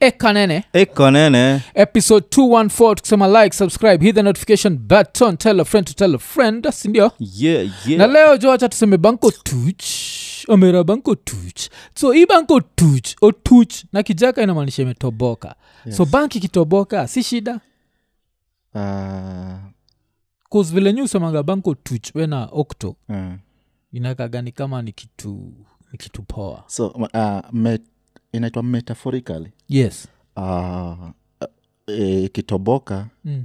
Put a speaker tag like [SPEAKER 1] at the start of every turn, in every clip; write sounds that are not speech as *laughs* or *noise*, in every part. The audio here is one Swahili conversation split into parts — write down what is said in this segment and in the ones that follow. [SPEAKER 1] ekanene
[SPEAKER 2] ekanene
[SPEAKER 1] episode 214 tukisema like subscribe hit the notification button tell a friend to tell a friend sindio
[SPEAKER 2] yeah,
[SPEAKER 1] na
[SPEAKER 2] yeah.
[SPEAKER 1] leo jo acha tuseme banko tuch omera banko tuch so hii banko tuch otuch na kijaka inamaanisha imetoboka yes. so bank ikitoboka si shida
[SPEAKER 2] Ah,
[SPEAKER 1] cause vile nyi usemaga banko tuch wena okto
[SPEAKER 2] mm.
[SPEAKER 1] inakagani kama ni kitu ni kitu poa
[SPEAKER 2] so uh, met, inaitwa metaphorically
[SPEAKER 1] yes
[SPEAKER 2] Ah, eh, ikitoboka
[SPEAKER 1] mm.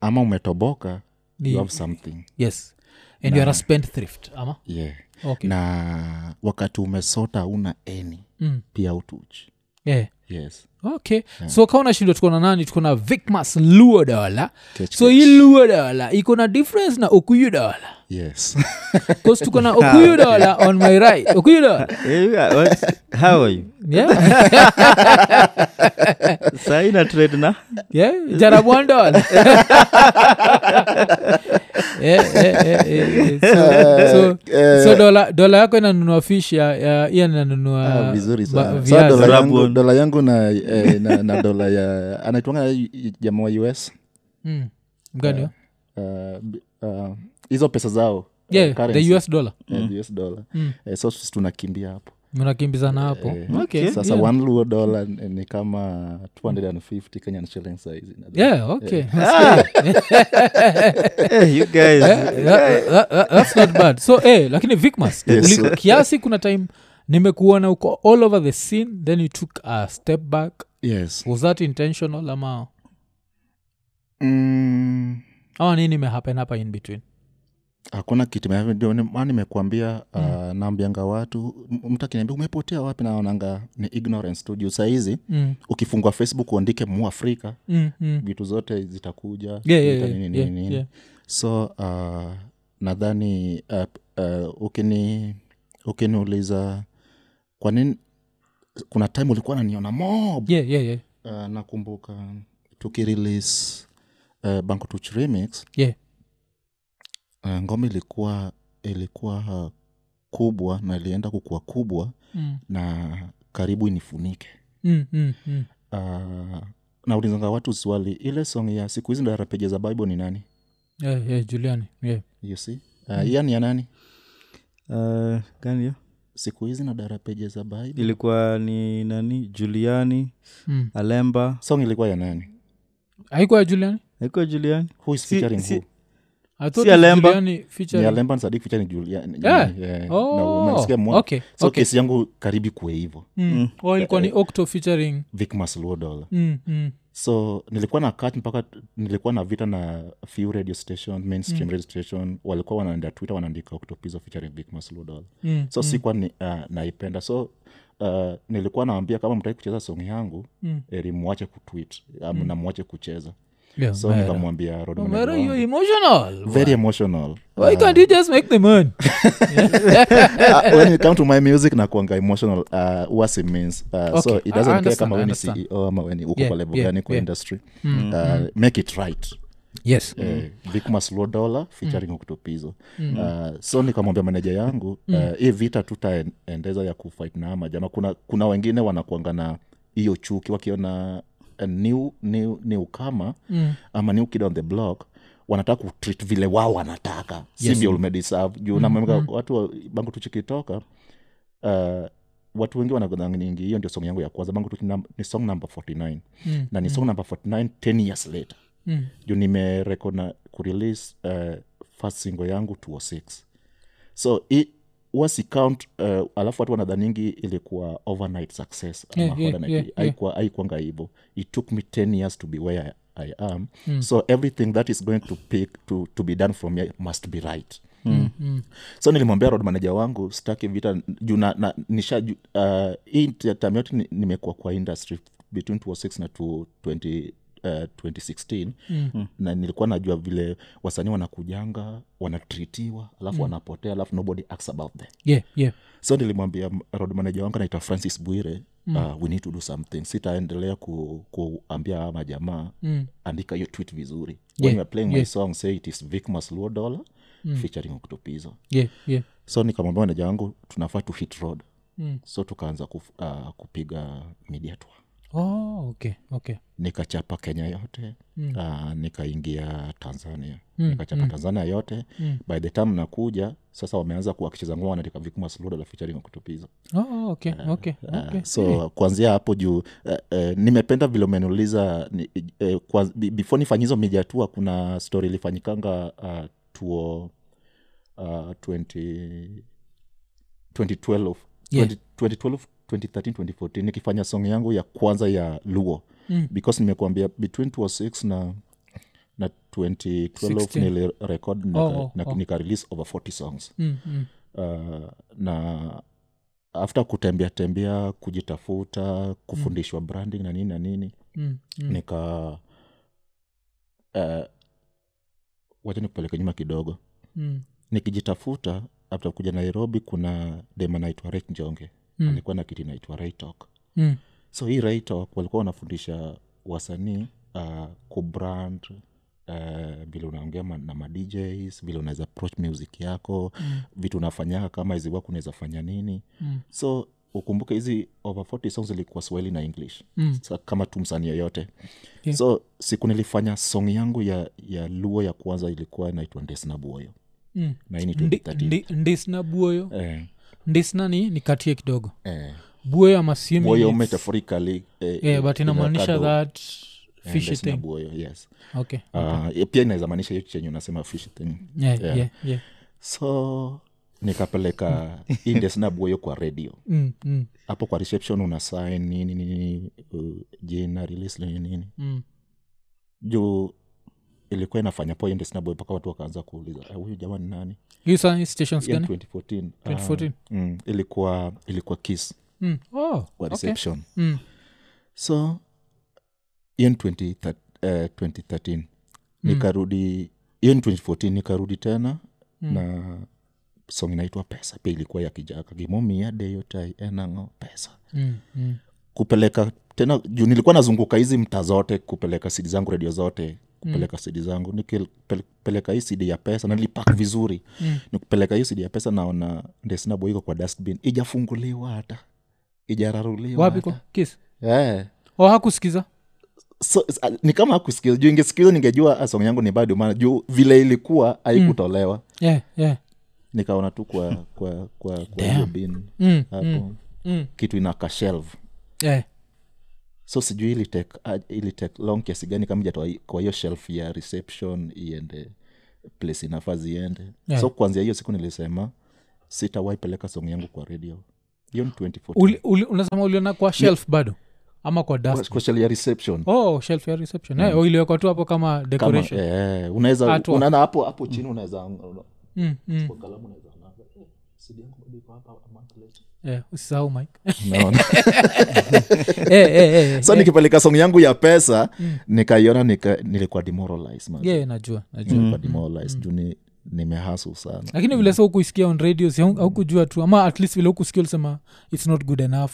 [SPEAKER 2] ama umetoboka
[SPEAKER 1] Ni-
[SPEAKER 2] you have something
[SPEAKER 1] yes and you are a spend thrift ama
[SPEAKER 2] yeah
[SPEAKER 1] okay
[SPEAKER 2] na wakati umesota una eni
[SPEAKER 1] mm.
[SPEAKER 2] pia utuchi
[SPEAKER 1] yeah.
[SPEAKER 2] yes
[SPEAKER 1] okay
[SPEAKER 3] Hmm.
[SPEAKER 1] so kaona shindo tuko na nani tuko na vicmas luo dola
[SPEAKER 2] Kech,
[SPEAKER 1] so
[SPEAKER 2] kech.
[SPEAKER 1] hii luo dola iko na difference na okuyu dola *laughs*
[SPEAKER 3] *laughs*
[SPEAKER 2] yes
[SPEAKER 1] bcause tuko na okuyu dola on my right okuyu dola
[SPEAKER 2] Eh, what? how are you
[SPEAKER 3] *laughs*
[SPEAKER 1] yeah.
[SPEAKER 2] saina trade na
[SPEAKER 1] yeah. jarabu one
[SPEAKER 3] *laughs*
[SPEAKER 1] dola *laughs* yeah, yeah, yeah, yeah. So, so, Eh,
[SPEAKER 3] eh,
[SPEAKER 1] so dola, dola yako inanunua fish ya, ya, iya inanunua
[SPEAKER 3] Ah, vizuri
[SPEAKER 1] ba-
[SPEAKER 3] sana Sasa
[SPEAKER 1] viazi.
[SPEAKER 3] dola
[SPEAKER 2] Rub
[SPEAKER 3] yangu-
[SPEAKER 2] one.
[SPEAKER 3] dola yangu na, eh, na, na dola ya anaitwanga i- i- jamaa wa us
[SPEAKER 1] Mm. mgani wa?
[SPEAKER 3] uh, b- uh, hizo pesa zao uh,
[SPEAKER 1] yeah,
[SPEAKER 3] currency,
[SPEAKER 1] the us dollar
[SPEAKER 3] eh, the US dollar
[SPEAKER 1] Mm.
[SPEAKER 3] Eh, so sisi tunakimbia hapo
[SPEAKER 1] mnakimbizana hapo
[SPEAKER 3] Eh,
[SPEAKER 1] okay.
[SPEAKER 3] sasa
[SPEAKER 1] yeah.
[SPEAKER 3] one luo dollar ni ni kama 250 kenyan shilling size
[SPEAKER 1] yeah okay
[SPEAKER 3] Eh.
[SPEAKER 2] hey, Eh, you guys
[SPEAKER 1] Eh, That- that- that- that's not bad so eh, lakini vicmas uli- kiasi kuna time nimekuona uko all over the scene then you took a step back
[SPEAKER 3] yes
[SPEAKER 1] was that intentional ama
[SPEAKER 3] mm,
[SPEAKER 1] ama nini imehappen hapa in between
[SPEAKER 3] hakuna kitu ime- ndio ni- maana nimekuambia
[SPEAKER 1] Mm.
[SPEAKER 3] uh, naambianga watu m- mtu akiniambia umepotea wapi naonanga ni ignorance tu juu sahizi
[SPEAKER 1] mm,
[SPEAKER 3] ukifungua facebook uandike muafrika
[SPEAKER 1] mm, mm.
[SPEAKER 3] vitu zote zitakuja
[SPEAKER 1] Yeah, yeah,
[SPEAKER 3] zita
[SPEAKER 1] yeah,
[SPEAKER 3] nini,
[SPEAKER 1] yeah,
[SPEAKER 3] nini, nini.
[SPEAKER 1] yeah.
[SPEAKER 3] so uh, nadhani uh, uh, ukini ukiniuliza kwa nini kuna time ulikuwa naniona mob
[SPEAKER 1] Yeah, yeah, yeah,
[SPEAKER 3] uh, nakumbuka tukirelease uh, banko tuch remix
[SPEAKER 1] yeah.
[SPEAKER 3] uh, ngoma ilikuwa ilikuwa uh, kubwa na ilienda kukua kubwa
[SPEAKER 1] Mm,
[SPEAKER 3] na karibu inifunike
[SPEAKER 1] mm, mm, mm.
[SPEAKER 3] uh, naulizanga watu swali ile song ya siku hizi ndo arapeje za bible ni nani
[SPEAKER 1] Yeah, yeah, juliani yeah.
[SPEAKER 3] you see uh,
[SPEAKER 1] Hmm.
[SPEAKER 3] hiyo ni ya nani
[SPEAKER 2] uh, gani hiyo?
[SPEAKER 3] siku hizi na darapeje za bible
[SPEAKER 2] ilikuwa ni nani juliani
[SPEAKER 1] mm.
[SPEAKER 2] alemba
[SPEAKER 3] song ilikuwa ya nani
[SPEAKER 1] haikuwa ya juliani
[SPEAKER 2] iko juliani
[SPEAKER 3] who is
[SPEAKER 2] Si-
[SPEAKER 3] featuring
[SPEAKER 2] si-
[SPEAKER 3] who
[SPEAKER 1] I thought
[SPEAKER 2] Si ya
[SPEAKER 1] it was
[SPEAKER 2] Lemba.
[SPEAKER 1] Juliani
[SPEAKER 3] ni
[SPEAKER 1] featuring-
[SPEAKER 3] alemba na sadik featuring julian
[SPEAKER 1] Yeah.
[SPEAKER 3] yeah.
[SPEAKER 1] Oh,
[SPEAKER 3] na umesikia mwa
[SPEAKER 1] okay,
[SPEAKER 3] so
[SPEAKER 1] okay.
[SPEAKER 3] kesi yangu karibu kuwe hivyo
[SPEAKER 1] Mm. Oh, ilikuwa ni octo featuring
[SPEAKER 3] vic masluo dola
[SPEAKER 1] mm, mm.
[SPEAKER 3] so nilikuwa na kat mpaka nilikuwa na vita na few radio station mainstream
[SPEAKER 1] Mm.
[SPEAKER 3] radio station walikuwa wanaenda twitter wanaandika octopizo featuring vic masluo dola
[SPEAKER 1] Mm,
[SPEAKER 3] so sikuwa ni, uh, naipenda so uh, nilikuwa naambia kama mtaki kucheza song yangu
[SPEAKER 1] Mm.
[SPEAKER 3] eri muache kutwit um, na muache kucheza
[SPEAKER 1] Yeah,
[SPEAKER 3] so
[SPEAKER 1] Mera.
[SPEAKER 3] nikamwambia road manager
[SPEAKER 1] Mera,
[SPEAKER 3] wangu.
[SPEAKER 1] you're emotional.
[SPEAKER 3] very emotional
[SPEAKER 1] Why can't you just make them earn? Eh,
[SPEAKER 3] uh, when you come to my music na kuanga emotional uh, wasi means uh, so
[SPEAKER 1] Okay, I-
[SPEAKER 3] it
[SPEAKER 1] I
[SPEAKER 3] doesn't care
[SPEAKER 1] understand,
[SPEAKER 3] kama
[SPEAKER 1] I
[SPEAKER 3] weni
[SPEAKER 1] understand.
[SPEAKER 3] ceo E ama weni uko
[SPEAKER 1] Yeah,
[SPEAKER 3] kwa level
[SPEAKER 1] yeah,
[SPEAKER 3] gani kwa
[SPEAKER 1] yeah. Mm,
[SPEAKER 3] industry uh, make it right
[SPEAKER 1] Yes.
[SPEAKER 3] Eh, vikuma slow dollar featuring octopizo uh, so nikamwambia maneja yangu uh, hii vita tutaendeza ya kufight na ama jama kuna, kuna wengine wanakuanga na hiyo chuki wakiona a new, new, new kama mm. ama new kid on the block wanataka kutreat vile wao wanataka sivyo umedeserve juu namwemeka watu wa- bangu tuchikitoka uh, watu wengi wananyingi hiyo ndio song yangu ya kwanza bangu Tuchi nam- ni song number 49
[SPEAKER 1] Mm,
[SPEAKER 3] na ni song number 49 10 years later
[SPEAKER 1] Mm.
[SPEAKER 3] juu nimerekona kurelease uh, first single yangu 206 so i wasi count uh, alafu watu wanadhaningi ilikuwa overnight success ama
[SPEAKER 1] Yeah, yeah,
[SPEAKER 3] overnight.
[SPEAKER 1] yeah, yeah.
[SPEAKER 3] Haikuwa- haikuwanga hivo it took me 10 years to be where i, I am
[SPEAKER 1] Hmm.
[SPEAKER 3] so everything that is going to pick to, to be done from here must be right
[SPEAKER 1] Mm, mm.
[SPEAKER 3] so nilimwambia road manager wangu sitaki vita juu na, na nisha ju- uh, hii time yote ni- nimekuwa kwa industry between 206 na 2- 20, uh, 2016 mm. na nilikuwa najua vile wasanii wanakujanga wanatritiwa alafu mm. wanapotea alafu nobody acts about them
[SPEAKER 1] Yeah, yeah.
[SPEAKER 3] so nilimwambia road manager wangu anaitwa francis bwire mm. uh, we need to do something sitaendelea ku, kuambia hawa majamaa
[SPEAKER 1] Mm.
[SPEAKER 3] andika hiyo tweet vizuri
[SPEAKER 1] Yeah,
[SPEAKER 3] when you are playing my
[SPEAKER 1] yeah.
[SPEAKER 3] song say it is vic masluo dollar mm. featuring octopizo
[SPEAKER 1] Yeah, yeah.
[SPEAKER 3] so nikamwambia meneja wangu tunafaa tu hit road
[SPEAKER 1] Mm.
[SPEAKER 3] so tukaanza kuf, uh, kupiga media tour
[SPEAKER 1] oh, okay, okay.
[SPEAKER 3] nikachapa kenya yote
[SPEAKER 1] Mm.
[SPEAKER 3] uh, nikaingia tanzania
[SPEAKER 1] Mm,
[SPEAKER 3] nikachapa
[SPEAKER 1] mm.
[SPEAKER 3] tanzania yote
[SPEAKER 1] Mm.
[SPEAKER 3] by the time nakuja sasa wameanza kuwakicheza ngoma natika vikuma suluda la featuring wakutupiza
[SPEAKER 1] Oh, okay, okay, okay.
[SPEAKER 3] uh, so kuanzia hapo juu uh, uh, nimependa vile umeniuliza ni, uh, kwanz, bi- before nifanye hizo mijatua kuna story ilifanyikanga uh, tuo uh, 20, 2012
[SPEAKER 1] Yeah.
[SPEAKER 3] 20, 2012 2013 2014 nikifanya song yangu ya kwanza ya luo
[SPEAKER 1] Mm.
[SPEAKER 3] because nimekuambia between 2006 na na 2012
[SPEAKER 1] 16.
[SPEAKER 3] nilirekod nika,
[SPEAKER 1] Oh, oh, oh.
[SPEAKER 3] nika release over 40 songs
[SPEAKER 1] Mm, mm.
[SPEAKER 3] uh, na after kutembea tembea kujitafuta kufundishwa branding na nini na nini
[SPEAKER 1] Mm, mm.
[SPEAKER 3] nika uh, wacha nikupeleke nyuma kidogo
[SPEAKER 1] Mm.
[SPEAKER 3] nikijitafuta after kuja nairobi kuna dem anaitwa rit njonge
[SPEAKER 1] Mm.
[SPEAKER 3] alikuwa na kiti inaitwa ritok
[SPEAKER 1] Mm.
[SPEAKER 3] so hii ritok walikuwa wanafundisha wasanii uh, kubrand uh, vile unaongea ma- na madjs vile unaweza approach music yako mm. vitu unafanyaka kama hizi wako unaweza fanya nini
[SPEAKER 1] Mm.
[SPEAKER 3] so ukumbuke hizi over 40 songs ilikuwa swahili na english
[SPEAKER 1] Mm.
[SPEAKER 3] Sa- kama tu msanii yoyote
[SPEAKER 1] Yeah.
[SPEAKER 3] so siku nilifanya song yangu ya, ya luo ya kwanza ilikuwa inaitwa ndesnabuoyo
[SPEAKER 1] Mm.
[SPEAKER 3] na hii ni
[SPEAKER 1] Ndi-
[SPEAKER 3] 2013
[SPEAKER 1] ndi- ndisna buoyo
[SPEAKER 3] Eh,
[SPEAKER 1] ndisna ni nikatie kidogo
[SPEAKER 3] eh.
[SPEAKER 1] buoyo amasimu
[SPEAKER 3] buoyo metaphorically eh,
[SPEAKER 1] yeah, but
[SPEAKER 3] ina
[SPEAKER 1] inamaanisha
[SPEAKER 3] kado,
[SPEAKER 1] that
[SPEAKER 3] eh,
[SPEAKER 1] fishy
[SPEAKER 3] ndesna
[SPEAKER 1] thing
[SPEAKER 3] buoyo, yes
[SPEAKER 1] okay
[SPEAKER 3] Ah, eh, pia inaweza maanisha hiyo chenye unasema fish thing
[SPEAKER 1] yeah,
[SPEAKER 3] yeah.
[SPEAKER 1] yeah, yeah.
[SPEAKER 3] so nikapeleka indesnabuoyo kwa radio
[SPEAKER 1] Mm, mm,
[SPEAKER 3] hapo kwa reception una sign nini nini uh, jina release nini nini
[SPEAKER 1] mm.
[SPEAKER 3] juu ilikuwa inafanya po indesnabuoyo mpaka watu wakaanza kuuliza "Ah, huyu jamaa ni nani
[SPEAKER 1] hiyo saa ni stations
[SPEAKER 3] Hii ni
[SPEAKER 1] gani
[SPEAKER 3] 2014 Ah,
[SPEAKER 1] 2014?
[SPEAKER 3] mm, ilikuwa ilikuwa kiss
[SPEAKER 1] mm. oh,
[SPEAKER 3] kwa
[SPEAKER 1] okay.
[SPEAKER 3] reception
[SPEAKER 1] mm.
[SPEAKER 3] so hiyo ni 2013 eh, 2013 Mm. nikarudi hiyo ni 2014 nikarudi tena mm. na song inaitwa pesa pia ilikuwa ya kijaka gimomia deyotai enango pesa
[SPEAKER 1] Mm, mm.
[SPEAKER 3] kupeleka tena juu nilikuwa nazunguka hizi mta zote kupeleka cd zangu redio zote kupeleka mm. cd zangu nikipeleka hii cd ya pesa na nilipak vizuri mm. nikupeleka hii cd ya pesa naona ndesinaboiko kwa dustbin ijafunguliwa hata ijararuliwa
[SPEAKER 1] wapi
[SPEAKER 3] hata.
[SPEAKER 1] kwa kis
[SPEAKER 3] Eh
[SPEAKER 1] oh, hakusikiza
[SPEAKER 3] so, s- a- ni kama akusikiza juu ingesikiza ningejua ah, song yangu ni bado maana juu vile ilikuwa haikutolewa mm.
[SPEAKER 1] yeah, yeah.
[SPEAKER 3] nikaona tu kwa
[SPEAKER 1] Hmm.
[SPEAKER 3] kwa kwa, kwa hiyo bin
[SPEAKER 1] Mm, Eh,
[SPEAKER 3] hapo
[SPEAKER 1] mm.
[SPEAKER 3] kitu inaka shelf
[SPEAKER 1] yeah.
[SPEAKER 3] so sijui ili take, ah, ili take long kiasi gani kama ijatoa hii- kwa hiyo shelf ya reception iende place inafaa ziende
[SPEAKER 1] Yeah.
[SPEAKER 3] so kuanzia hiyo siku nilisema sitawahi peleka song yangu kwa radio hiyo ni 2014
[SPEAKER 1] Uli- uli- unasema uliona kwa shelf bado ama kwa
[SPEAKER 3] Kwa-
[SPEAKER 1] dust
[SPEAKER 3] kwa Mm. shelf ya reception
[SPEAKER 1] oh shelf ya reception Eh, oh, iliwekwa tu hapo kama
[SPEAKER 3] kama
[SPEAKER 1] decoration
[SPEAKER 3] eh, unaweza
[SPEAKER 1] Artwork.
[SPEAKER 3] unaona hapo hapo chini unaweza una-
[SPEAKER 1] Mm, mm. *laughs* Eh, usisahau mike
[SPEAKER 3] unaona
[SPEAKER 1] Eh, eh, eh,
[SPEAKER 3] so nikipeleka song yangu ya pesa nikaiona nika, nilikuwa demoralize man.
[SPEAKER 1] Mm. Eh, yeah, Mm. najua najua
[SPEAKER 3] Nilikuwa demoralize juu ni- nimehasu sana
[SPEAKER 1] lakini vile sa ukuisikia on radio si hau- haukujua tu ama at least vile ukusikia ulisema its not good enough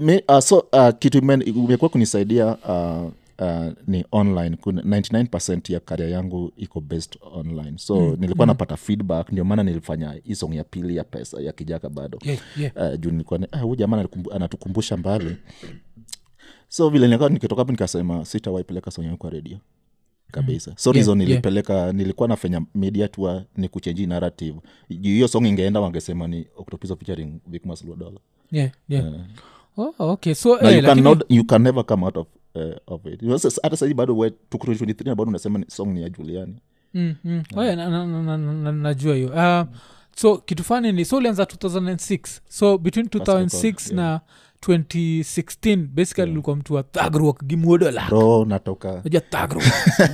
[SPEAKER 3] Mi, uh, so uh, kitu imen- imekuwa kunisaidia uh, uh, ni online Kuna 99 ya karia yangu iko based online so
[SPEAKER 1] Mm.
[SPEAKER 3] nilikuwa napata feedback ndio maana nilifanya hii song ya pili ya pesa ya kijaka bado
[SPEAKER 1] yeah, yeah.
[SPEAKER 3] uh, juu nilikuwa ni- ah, huyu jamaa anakumbu- anatukumbusha mbali so vile nilikuwa nikitoka hapo nikasema sitawahi peleka song yangu kwa redio kabisa so
[SPEAKER 1] Yeah,
[SPEAKER 3] reason
[SPEAKER 1] Mm. yeah.
[SPEAKER 3] nilipeleka nilikuwa nafanya media tua ni kuchenji narrative Juu hiyo song ingeenda wangesema ni octopizo featuring vikmasluadola
[SPEAKER 1] Yeah, yeah. Oh, okay so
[SPEAKER 3] Eh. na
[SPEAKER 1] eh,
[SPEAKER 3] you, can
[SPEAKER 1] lakini-
[SPEAKER 3] not, you can never come out of, uh, of it You know, sasa- hata sahii bado we- tuko 2023 na bado unasema ni song ni ya juliani
[SPEAKER 1] Mm, mm. Oe, na- na- na- na- na- na- najua hiyo Ah, so kitu fani ni so ulianza 2006 so between 2006
[SPEAKER 3] record,
[SPEAKER 1] na 2016 basically ulikuwa mtu wa thagrok gimuodola
[SPEAKER 3] bro natoka
[SPEAKER 1] najua thagrok
[SPEAKER 3] *laughs*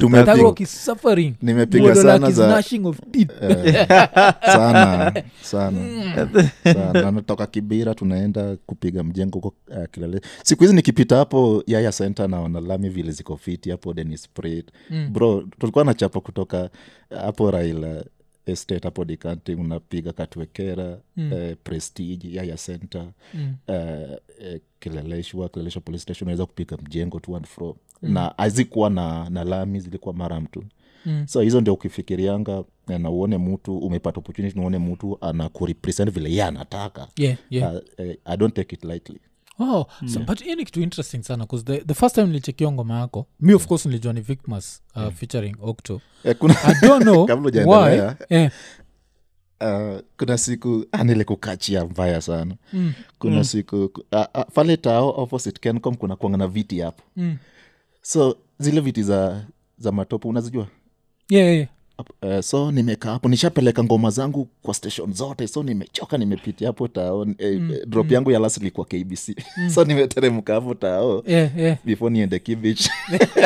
[SPEAKER 3] Tumepi-
[SPEAKER 1] thagrok is suffering
[SPEAKER 3] nimepiga
[SPEAKER 1] Muodola
[SPEAKER 3] sana
[SPEAKER 1] is
[SPEAKER 3] za-
[SPEAKER 1] gnashing of teeth
[SPEAKER 3] *laughs* Eh, sana sana sana natoka kibira tunaenda kupiga mjengo huko uh, kilele siku hizi nikipita hapo yaya center naona lami vile ziko fiti hapo denis prit mm. bro tulikuwa na chapa kutoka uh, hapo raila estate hapo dikanti unapiga katwekera mm. eh, prestige yaya center mm. eh, eh, kileleshwa kileleshwa police station unaweza kupiga mjengo tu and fro mm. na hazikuwa na, na lami zilikuwa maram tu mm. so hizo ndio ukifikirianga eh, na uone mtu umepata opportunity na uone mtu anakurepresent vile ye anataka
[SPEAKER 1] yeah, yeah.
[SPEAKER 3] Uh, eh, i don't take it lightly
[SPEAKER 1] oh, so, but hii ni kitu interesting sana 'cause the, the first time nilichekio ngoma yako mi of course nilijua ni vicmas uh, featuring octo
[SPEAKER 3] Eh, kuna,
[SPEAKER 1] i don't know
[SPEAKER 3] Mm. *laughs* Kabla
[SPEAKER 1] why
[SPEAKER 3] hujaendelea.
[SPEAKER 1] eh,
[SPEAKER 3] uh, kuna siku ah, nilikukachi mbaya sana
[SPEAKER 1] mm,
[SPEAKER 3] kuna mm. siku uh, uh, pale tao opposite kencom kuna kuanga na viti hapo
[SPEAKER 1] mm.
[SPEAKER 3] so zile viti za za matopo unazijua
[SPEAKER 1] yeah, yeah, yeah.
[SPEAKER 3] uh, so nimekaa hapo nishapeleka ngoma zangu kwa station zote so nimechoka nimepitia hapo tao eh, mm, drop yangu ya last ilikuwa kbc mm. *laughs* so nimeteremka hapo tao
[SPEAKER 1] Yeah, yeah.
[SPEAKER 3] before niende kibich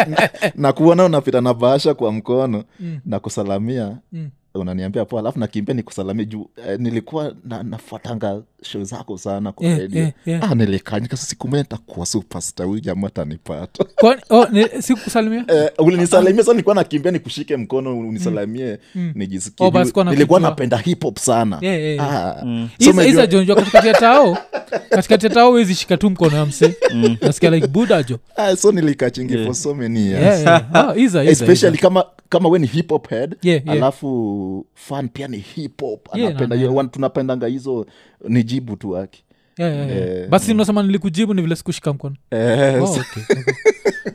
[SPEAKER 3] *laughs* na kuona unapita na bahasha kwa mkono
[SPEAKER 1] Mm.
[SPEAKER 3] na kusalamia
[SPEAKER 1] Mm.
[SPEAKER 3] unaniambia po alafu nakimbia nikusalamia juu eh, nilikuwa na, nafuatanga show zako sana kwa
[SPEAKER 1] Yeah,
[SPEAKER 3] radio
[SPEAKER 1] yeah, yeah.
[SPEAKER 3] ah, nilikanyika sikumee ntakuwa supasta huyu jamaa tanipata
[SPEAKER 1] Kwani- oh, ni- sikukusalimia
[SPEAKER 3] Eh, ulinisalimia sa nilikuwa nakimbia nikushike mkono unisalimie nijisikie
[SPEAKER 1] Oh, basi
[SPEAKER 3] juu-
[SPEAKER 1] kuwa na
[SPEAKER 3] nilikuwa
[SPEAKER 1] kujua.
[SPEAKER 3] napenda hip hop sana
[SPEAKER 1] Yeah, yeah,
[SPEAKER 3] Ah,
[SPEAKER 1] Isa-
[SPEAKER 3] so umejua-
[SPEAKER 1] isa jonjwa katikati ya tao katikati ya tao wezi shika tu mkono ya mse
[SPEAKER 2] Mm.
[SPEAKER 1] nasikia like budajo
[SPEAKER 3] ah, so nilikachingi for so many years
[SPEAKER 1] yeah, yeah. Ah, Isa, Isa, Isa.
[SPEAKER 3] especially kama kama we ni hip hop head
[SPEAKER 1] Yeah, yeah.
[SPEAKER 3] alafu fan pia ni hip hop
[SPEAKER 1] Yeah,
[SPEAKER 3] anapenda
[SPEAKER 1] na-
[SPEAKER 3] hiyo wan- tunapendanga hizo ni jibu tu wake
[SPEAKER 1] Yeah, yeah, yeah.
[SPEAKER 3] Eh,
[SPEAKER 1] basi unasema nilikujibu ni vile sikushika mkono
[SPEAKER 3] Eh,
[SPEAKER 1] Oh, okay, okay.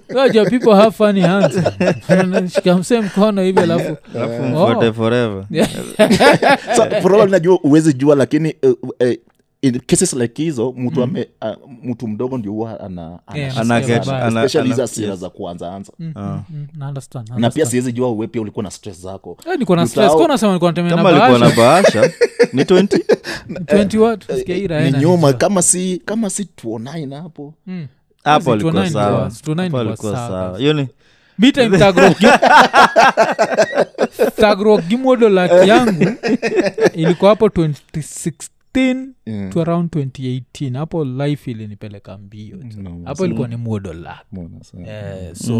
[SPEAKER 1] Unajua people have funny hands. Unashika mse mkono hivi alafu
[SPEAKER 2] alafu
[SPEAKER 1] Oh.
[SPEAKER 2] mfuate forever
[SPEAKER 3] so, probably najua uwezi jua lakini eh, eh, in cases like hizo mtu ame ah, mtu mdogo ndio huwa ana,
[SPEAKER 1] Mm. Yeah,
[SPEAKER 3] ana,
[SPEAKER 1] ana-
[SPEAKER 2] Anaget-
[SPEAKER 1] Especially
[SPEAKER 2] ana-
[SPEAKER 3] especially
[SPEAKER 2] ana-
[SPEAKER 3] hizo asira za kuanza anza
[SPEAKER 1] Mm,
[SPEAKER 2] Ah.
[SPEAKER 1] mm, mm, na understand,
[SPEAKER 3] na pia
[SPEAKER 1] understand.
[SPEAKER 3] siwezi jua uwe pia ulikuwa na stress zako
[SPEAKER 1] Eh, niko na stress.
[SPEAKER 3] Usahau-
[SPEAKER 1] Kwa unasema nilikuwa natembea na
[SPEAKER 2] kama alikuwa na
[SPEAKER 1] bahasha?
[SPEAKER 2] bahasha ni
[SPEAKER 1] *laughs*
[SPEAKER 2] 20
[SPEAKER 1] 20 watu, sikia hii raha
[SPEAKER 3] Eh, ni
[SPEAKER 1] inanijua.
[SPEAKER 3] nyuma kama si kama si tuonain hapo
[SPEAKER 1] Mm. Basi
[SPEAKER 2] hapo alikuwa
[SPEAKER 1] 29
[SPEAKER 2] sawa
[SPEAKER 1] was- 29
[SPEAKER 2] Hapo
[SPEAKER 1] was
[SPEAKER 2] alikuwa
[SPEAKER 1] sawa
[SPEAKER 2] sawa
[SPEAKER 1] kabisa.
[SPEAKER 2] hiyo ni
[SPEAKER 1] Mi time
[SPEAKER 3] *laughs*
[SPEAKER 1] tagrogi tagrogi
[SPEAKER 3] *laughs*
[SPEAKER 1] modolak yangu ilikuwa hapo 2016
[SPEAKER 3] Mm.
[SPEAKER 1] to around 2018 hapo life ilinipeleka mbio
[SPEAKER 3] No,
[SPEAKER 1] hapo ilikuwa ni modolak
[SPEAKER 3] Mbona sana.
[SPEAKER 1] Eh, so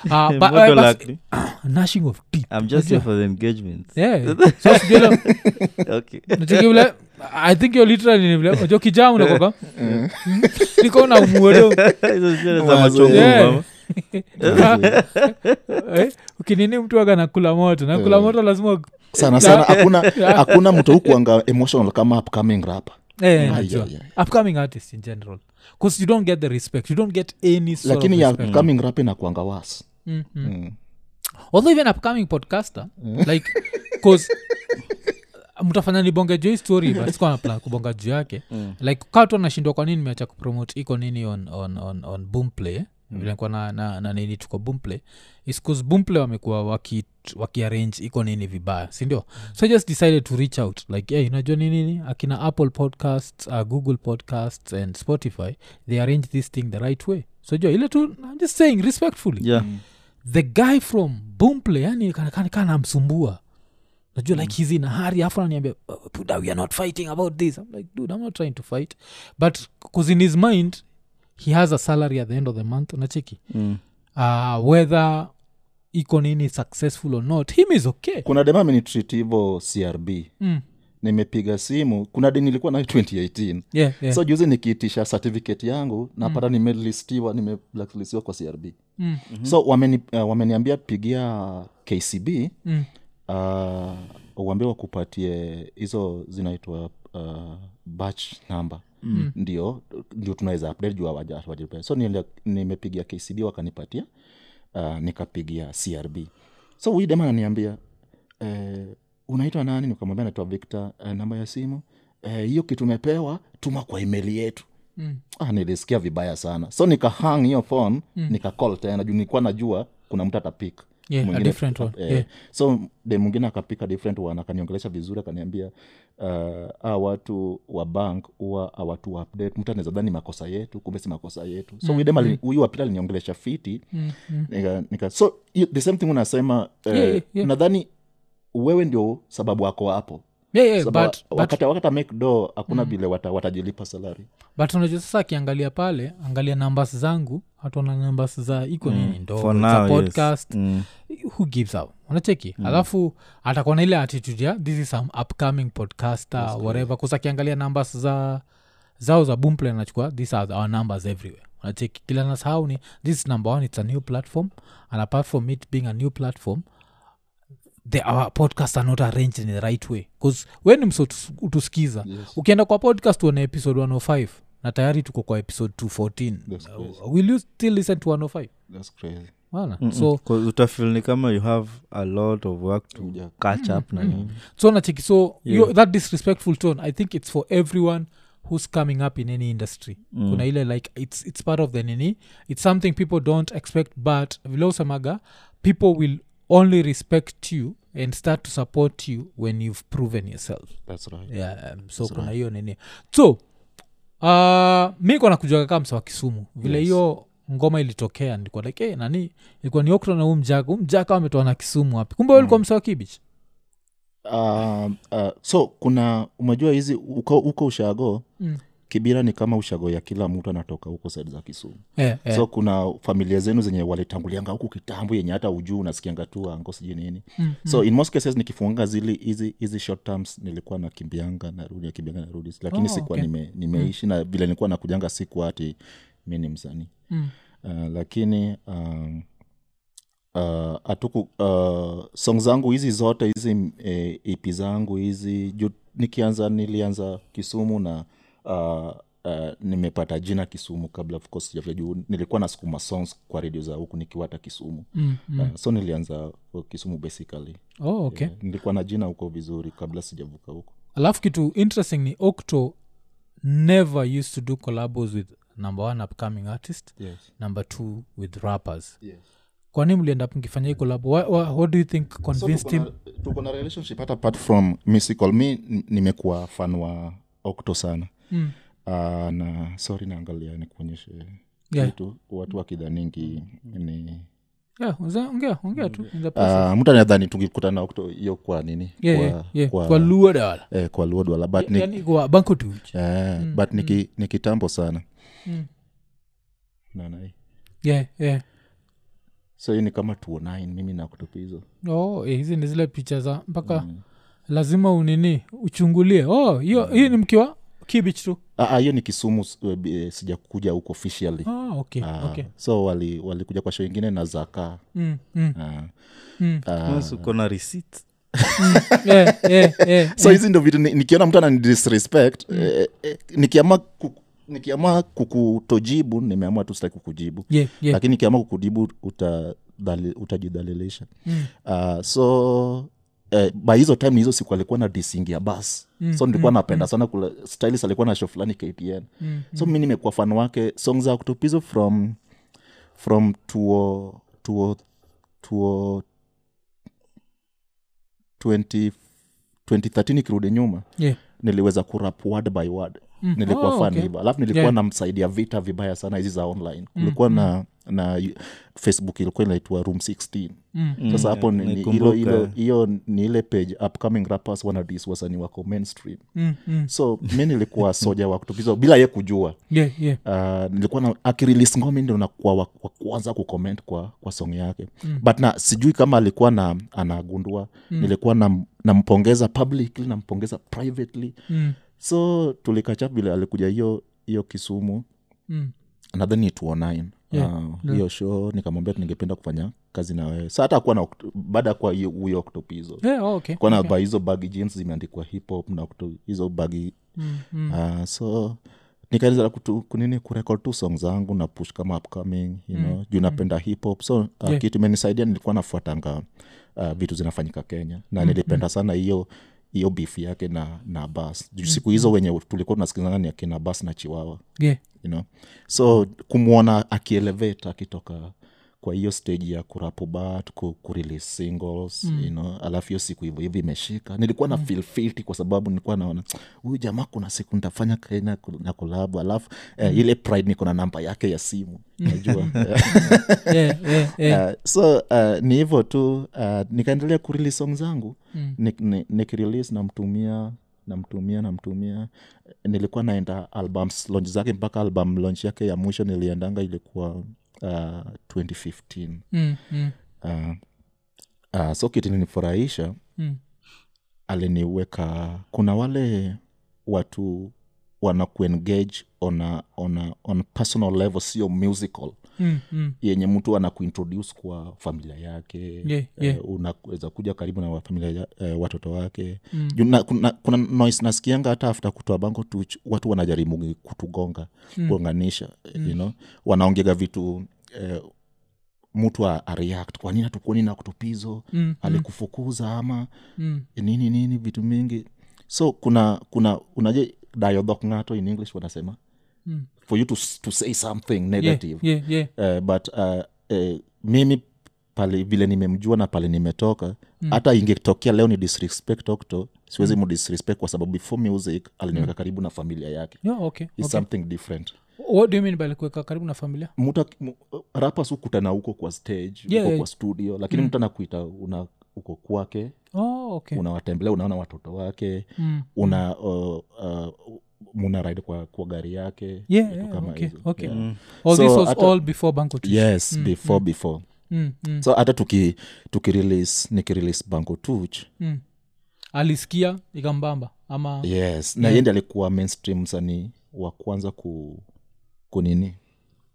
[SPEAKER 3] Mm.
[SPEAKER 1] *laughs*
[SPEAKER 3] *laughs*
[SPEAKER 2] *laughs*
[SPEAKER 1] ah, ba-
[SPEAKER 2] Modo
[SPEAKER 1] eh, basi-
[SPEAKER 2] luck.
[SPEAKER 1] *laughs* gnashing of teeth.
[SPEAKER 3] Um,
[SPEAKER 2] I'm just here
[SPEAKER 1] Unajua?
[SPEAKER 2] for the
[SPEAKER 1] *laughs*
[SPEAKER 2] engagement
[SPEAKER 3] *laughs*
[SPEAKER 1] Yeah. So, sijui la-
[SPEAKER 2] okay *laughs*
[SPEAKER 1] nacheki vile i think you're literally ni vile jo kijaa
[SPEAKER 3] *laughs*
[SPEAKER 1] unakoka mm, niko na umuodo
[SPEAKER 2] Hizo zile za
[SPEAKER 3] Mazoea.
[SPEAKER 2] machungu
[SPEAKER 1] Yeah. Mm,
[SPEAKER 2] mama.
[SPEAKER 1] *laughs* Eh, ukinini mtu aga nakula moto nakula
[SPEAKER 3] Eh.
[SPEAKER 1] moto lazima *laughs*
[SPEAKER 3] sana sana hakuna hakuna mtu hukuanga emotional kama upcoming rapa
[SPEAKER 1] Eh,
[SPEAKER 3] Ah,
[SPEAKER 1] najua.
[SPEAKER 3] yeah,
[SPEAKER 1] upcoming artist in general because you don't get the respect you don't get any sort
[SPEAKER 3] lakini
[SPEAKER 1] of
[SPEAKER 3] ya
[SPEAKER 1] respect.
[SPEAKER 3] upcoming rap inakuanga was
[SPEAKER 1] Mm, mm. although even upcoming podcaster like cause mtafanya nibonge juu hii story but sikuwa na plan kubonga juu yake like katu anashindwa kwa nini meacha kupromote iko nini on, on, on, on boomplay vile nikuwa na, na, na nini tuko boomplay is cause boomplay wamekuwa waki wakiarrange iko nini vibaya sindio so I just decided to reach out like hey, unajua ni nini akina apple podcasts uh, google podcasts and spotify they arrange this thing the right way so jua ile tu i'm just saying respectfully
[SPEAKER 2] Yeah.
[SPEAKER 1] the guy from boomplay yani kanakaa namsumbua najua
[SPEAKER 2] Mm.
[SPEAKER 1] like hizi na hari afu ananiambia "Buda, we are not fighting about this I'm like dude i'm not trying to fight but cause in his mind he has a salary at the end of the month nacheki
[SPEAKER 2] Mm.
[SPEAKER 1] uh, whether iko nini successful or not him is okay
[SPEAKER 3] kuna dema amenitreat hivo crb
[SPEAKER 1] mm.
[SPEAKER 3] nimepiga simu kuna de nilikuwa nayo 2018
[SPEAKER 1] yeah, yeah.
[SPEAKER 3] so juzi nikiitisha certificate yangu napata nimelistiwa nimeblacklistiwa kwa crb
[SPEAKER 1] mm.
[SPEAKER 3] so wameni, uh, wameniambia pigia kcb
[SPEAKER 1] Mm.
[SPEAKER 3] uh, uambie wakupatie hizo zinaitwa uh, batch number mm. ndio ndio tunaweza update juu hawaja- hawajapea. so nile- nimepigia kcb wakanipatia uh, nikapigia crb so huyu dema ananiambia eh, unaitwa nani nikamwambia naitwa victor eh, namba ya simu eh, hiyo kitu umepewa tuma kwa email yetu
[SPEAKER 1] Mm.
[SPEAKER 3] ah, nilisikia vibaya sana so nikahang hiyo phone mm. nikacall tena juu nilikuwa najua kuna mtu atapika
[SPEAKER 1] Yeah, a different one,
[SPEAKER 2] eh.
[SPEAKER 1] yeah.
[SPEAKER 3] Eh, so de mwingine akapika different one akaniongelesha vizuri akaniambia uh, a watu wa bank huwa awatu update mtu anaweza dhani makosa yetu kumbe si makosa yetu so mm,
[SPEAKER 1] Mm-hmm.
[SPEAKER 3] mm. huyu wapita aliniongelesha fiti mm, mm. Nika, nika, so hiyo- the same thing unasema uh,
[SPEAKER 1] Yeah, yeah, yeah.
[SPEAKER 3] nadhani wewe ndio sababu wako hapo
[SPEAKER 1] Yeah, yeah,
[SPEAKER 3] Sababu
[SPEAKER 1] but, Mm-hmm. but,
[SPEAKER 3] wakati wakati make do hakuna vile wata, watajilipa salari
[SPEAKER 1] but unajua sasa akiangalia pale angalia numbers zangu hatuona numbers za iko nini ndogo
[SPEAKER 2] Mm. for
[SPEAKER 1] it's
[SPEAKER 2] now
[SPEAKER 1] a
[SPEAKER 2] yes.
[SPEAKER 1] podcast
[SPEAKER 2] Mm.
[SPEAKER 1] who gives up unacheki
[SPEAKER 3] Hmm.
[SPEAKER 1] mm. alafu atakuwa na ile attitude ya this is some upcoming podcaster whatever kusa akiangalia numbers za zao za bumple anachukua these are our numbers everywhere unacheki kila nasahau ni this is number one it's a new platform and apart from it being a new platform the, our podcast are not arranged in the right way bcause weni mso utusikiza ukienda kwa podcast uone episode 105 na tayari tuko kwa episode 214
[SPEAKER 3] That's crazy.
[SPEAKER 1] uh, will you still listen to 105
[SPEAKER 3] That's crazy.
[SPEAKER 1] Wala.
[SPEAKER 2] Mm-mm.
[SPEAKER 1] so
[SPEAKER 2] 'Cause utafeel ni kama you have a lot of work to
[SPEAKER 3] Yeah.
[SPEAKER 2] catch
[SPEAKER 1] Mm,
[SPEAKER 2] up na nini
[SPEAKER 1] so nacheki so
[SPEAKER 2] Yeah.
[SPEAKER 1] yo- that disrespectful tone i think it's for everyone who's coming up in any industry mm. kuna ile like it's, it's part of the nini it's something people don't expect but vile usemaga people will only respect you and start to support you when you've proven yourself
[SPEAKER 3] That's right.
[SPEAKER 1] yeah, um, so
[SPEAKER 3] That's
[SPEAKER 1] kuna
[SPEAKER 3] right.
[SPEAKER 1] hiyo nini so uh, mi kwa nakujaga kaa msa wa kisumu vile
[SPEAKER 3] Yes.
[SPEAKER 1] hiyo ngoma ilitokea nilikuwa like hey, nani ilikuwa ni okra na huu mjaka huu mjaka ametoa na kisumu wapi kumbe mm. ulikuwa msa wa kibich
[SPEAKER 3] Um, uh, so kuna umejua hizi uko, uko ushago
[SPEAKER 1] Mm.
[SPEAKER 3] kibira ni kama ushago ya kila mtu anatoka huko said za kisumu
[SPEAKER 1] eh, eh.
[SPEAKER 3] so kuna familia zenu zenye walitangulianga huku kitambo yenye hata ujuu unasikianga tu ango sijui nini
[SPEAKER 1] Mm,
[SPEAKER 3] so in most cases nikifunga zili hizi hizi short terms nilikuwa nakimbianga narudi nakimbianga narudi lakini
[SPEAKER 1] Oh,
[SPEAKER 3] sikuwa
[SPEAKER 1] okay.
[SPEAKER 3] nime, nimeishi na vile nilikuwa nakujanga sikuwa ati mi ni msanii
[SPEAKER 1] Mm.
[SPEAKER 3] uh, lakini um, uh, atuku uh, song zangu hizi zote hizi eh, ep zangu hizi juu nikianza nilianza kisumu na uh, Uh, nimepata jina kisumu kabla of course sijafa- juu nilikuwa na sukuma songs kwa redio za huku nikiwa hata kisumu
[SPEAKER 1] Mm, mm.
[SPEAKER 3] uh, so nilianza uh, kisumu basically
[SPEAKER 1] oh, okay
[SPEAKER 3] Eh, nilikuwa na jina huko vizuri kabla sijavuka huko
[SPEAKER 1] alafu kitu interesting ni octo never used to do collabos with number one upcoming artist
[SPEAKER 3] yes.
[SPEAKER 1] number two with rappers
[SPEAKER 3] Yes.
[SPEAKER 1] kwani mlienda mkifanya hii collabo Wha- wha- what do you think convinced him
[SPEAKER 3] tuko na relationship hata apart from musical mi n- nimekuwa fan wa okto sana
[SPEAKER 1] Mm.
[SPEAKER 3] uh, na sorry naangalia nikuonyeshe
[SPEAKER 1] Yeah.
[SPEAKER 3] kitu watu wakidhaningi ni
[SPEAKER 1] yeah, uza- ongea ongea tu Ongea pesa.
[SPEAKER 3] uh, mtu anadhani tungikutana na okto hiyo kwa nini
[SPEAKER 1] Yeah,
[SPEAKER 3] kwa,
[SPEAKER 1] yeah, yeah.
[SPEAKER 3] kwa,
[SPEAKER 1] kwa lua dawala
[SPEAKER 3] eh, kwa luodwala but, ni,
[SPEAKER 1] yani kwa banko tuch
[SPEAKER 3] eh, but ni, ki, ni kitambo sana
[SPEAKER 1] Mm.
[SPEAKER 3] Naona hii.
[SPEAKER 1] yeah, yeah.
[SPEAKER 3] so hii ni kama 209 mimi na okto hizo
[SPEAKER 1] oh, eh, hizi ni zile picha za mpaka mm. lazima unini uchungulie oh, hiyo
[SPEAKER 3] Mm.
[SPEAKER 1] hiyo ni mkiwa kibich tu
[SPEAKER 3] Ah, ah, hiyo ni kisumu s- eh, b- eh, sijakuja huko officially
[SPEAKER 1] oh, okay,
[SPEAKER 3] Ah,
[SPEAKER 1] okay.
[SPEAKER 3] so walikuja wali walikuja kwa show ingine na zakaa
[SPEAKER 1] Mm, mm,
[SPEAKER 3] Ah,
[SPEAKER 1] mm.
[SPEAKER 3] ah.
[SPEAKER 2] Once uko na receipt
[SPEAKER 1] yeah, yeah, yeah.
[SPEAKER 3] *laughs* so hizi ndo vitu ni- nikiona mtu ana disrespect eh, eh, nikiamua ku- nikiamua kukutojibu nimeamua tu sitaki kukujibu
[SPEAKER 1] Yeah, yeah.
[SPEAKER 3] lakini nikiamua kukujibu uta, dhali- utajidhalilisha Ah, so eh, by hizo time hizo siku alikuwa na disingia bas mm, so nilikuwa mm, napenda mm. sana kula stylis alikuwa na show fulani ktn mm, so mi nimekuwa fan wake song za kutupizo from from tuo tuo tuo 20 2013 ikirudi nyuma
[SPEAKER 1] yeah.
[SPEAKER 3] niliweza kurap word by word mm. nilikuwa
[SPEAKER 1] Oh,
[SPEAKER 3] oh, fan
[SPEAKER 1] okay.
[SPEAKER 3] okay. hivo alafu nilikuwa
[SPEAKER 1] Yeah.
[SPEAKER 3] yeah. namsaidia vita vibaya sana hizi za online kulikuwa mm. na na facebook ilikuwa inaitwa room 16
[SPEAKER 1] Mm.
[SPEAKER 3] sasa hapo ni- ni- hilo- hilo-
[SPEAKER 2] Naikumbuka.
[SPEAKER 3] hiyo ni ile page upcoming rappers wanadis wasani wako mainstream
[SPEAKER 1] Mm, mm.
[SPEAKER 3] so mi nilikuwa soja wa kutupiza bila ye kujua
[SPEAKER 1] Yeah, yeah.
[SPEAKER 3] uh, nilikuwa na akirilis ngome ndo nakuwa wa, wa kwanza kucomment kwa, kwa song yake mm. but na sijui kama alikuwa na anagundua mm. nilikuwa nam- nampongeza publicly nampongeza privately
[SPEAKER 1] Mm,
[SPEAKER 3] so tulikacha vile alikuja hiyo hiyo kisumu
[SPEAKER 1] mm.
[SPEAKER 3] nadhani ni 209
[SPEAKER 1] Yeah,
[SPEAKER 3] Ah, hiyo show nikamwambia tu ningependa kufanya kazi na wewe sa hata akuwa na Oct- baada ya kuwa hiyo- huyo oktopizo
[SPEAKER 1] Yeah, oh, okay.
[SPEAKER 3] kwana okay. hizo bagi jeans zimeandikwa hip hop na kuto- hizo bagi
[SPEAKER 1] Mm, mm.
[SPEAKER 3] uh, so nikaendelea kutu- kunini kurekod tu song zangu na push kama upcoming you know, juu napenda hip hop so uh,
[SPEAKER 1] Mm-hmm. Yeah.
[SPEAKER 3] kitu imenisaidia nilikuwa nafuatanga uh, vitu zinafanyika kenya na nilipenda
[SPEAKER 1] Mm-hmm.
[SPEAKER 3] sana hiyo hiyo bif yake na na bas juu
[SPEAKER 1] Mm-hmm.
[SPEAKER 3] siku hizo wenye tulikuwa tunasikizana ni akina bas na chiwawa
[SPEAKER 1] Yeah.
[SPEAKER 3] you know? so kumwona akielevate akitoka kwa hiyo stage ya kurapobat kurelease singles mm. you know? alafu hiyo siku hivyo hivi imeshika nilikuwa na mm. feel filthy kwa sababu nilikuwa naona huyu jamaa kuna siku nitafanya kena na kolabu alafu eh, ile pride niko na namba yake ya simu *laughs* najua
[SPEAKER 1] Yeah, yeah,
[SPEAKER 3] *laughs*
[SPEAKER 1] yeah.
[SPEAKER 3] Uh, so uh, ni hivyo tu uh, nikaendelea kurelease song zangu
[SPEAKER 1] Mm.
[SPEAKER 3] Ni- ni- nikirelease namtumia namtumia namtumia nilikuwa naenda albums launch zake mpaka album launch yake ya mwisho niliendanga ilikuwa uh, 2015
[SPEAKER 1] Mm, mm,
[SPEAKER 3] uh, uh, so kitu ilinifurahisha
[SPEAKER 1] mm.
[SPEAKER 3] aliniweka kuna wale watu wanakuengage on a, on a, on personal level sio musical
[SPEAKER 1] mm, mm.
[SPEAKER 3] yenye mtu anakuintroduce kwa familia yake
[SPEAKER 1] Yeah, yeah.
[SPEAKER 3] Eh, unaweza kuja karibu na wa- familia ya, eh, watoto wake mm. Juna, kuna, kuna noise nasikianga hata afta kutoa bango tu watu wanajaribu kutugonga mm. kuunganisha mm. you know wanaongega vitu eh, mtu a- a react kwa nini hatukuoni na kutupizo
[SPEAKER 1] Mm,
[SPEAKER 3] alikufukuza ama
[SPEAKER 1] Mm.
[SPEAKER 3] nini nini vitu mingi so kuna kuna unaje diodok ngato in english wanasema
[SPEAKER 1] Mm.
[SPEAKER 3] for you to, s- to say something
[SPEAKER 1] Yeah,
[SPEAKER 3] negative
[SPEAKER 1] yeah, yeah.
[SPEAKER 3] Eh, but uh, eh, mimi pale vile nimemjua na pale nimetoka
[SPEAKER 1] Mm.
[SPEAKER 3] hata ingetokea leo ni disrespect okto siwezi mu disrespect kwa sababu before music aliniweka karibu na familia yake
[SPEAKER 1] Yeah, okay,
[SPEAKER 3] It's
[SPEAKER 1] Mm. okay.
[SPEAKER 3] something different
[SPEAKER 1] what do you mean by kuweka karibu na familia
[SPEAKER 3] mtu ak- mu- rappers hukutana huko kwa stage
[SPEAKER 1] Yeah,
[SPEAKER 3] huko
[SPEAKER 1] yeah.
[SPEAKER 3] kwa studio lakini mtu anakuita una uko kwake
[SPEAKER 1] oh, okay.
[SPEAKER 3] unawatembelea unaona watoto wake
[SPEAKER 1] Mm.
[SPEAKER 3] una uh, uh, muna ride kwa, kwa gari yake
[SPEAKER 1] Yeah,
[SPEAKER 3] vitu
[SPEAKER 1] yeah,
[SPEAKER 3] kama
[SPEAKER 1] okay,
[SPEAKER 3] hizo.
[SPEAKER 1] okay. Mm.
[SPEAKER 3] Yeah.
[SPEAKER 1] all
[SPEAKER 3] So,
[SPEAKER 1] this was
[SPEAKER 3] hata-
[SPEAKER 1] all before banko
[SPEAKER 3] yes before before
[SPEAKER 1] mm, mm,
[SPEAKER 3] so hata tuki tukirelease nikirelease bango tuch
[SPEAKER 1] mm. alisikia ikambamba ama
[SPEAKER 3] yes na yeye ndiye alikuwa mainstream msanii wa kwanza ku kunini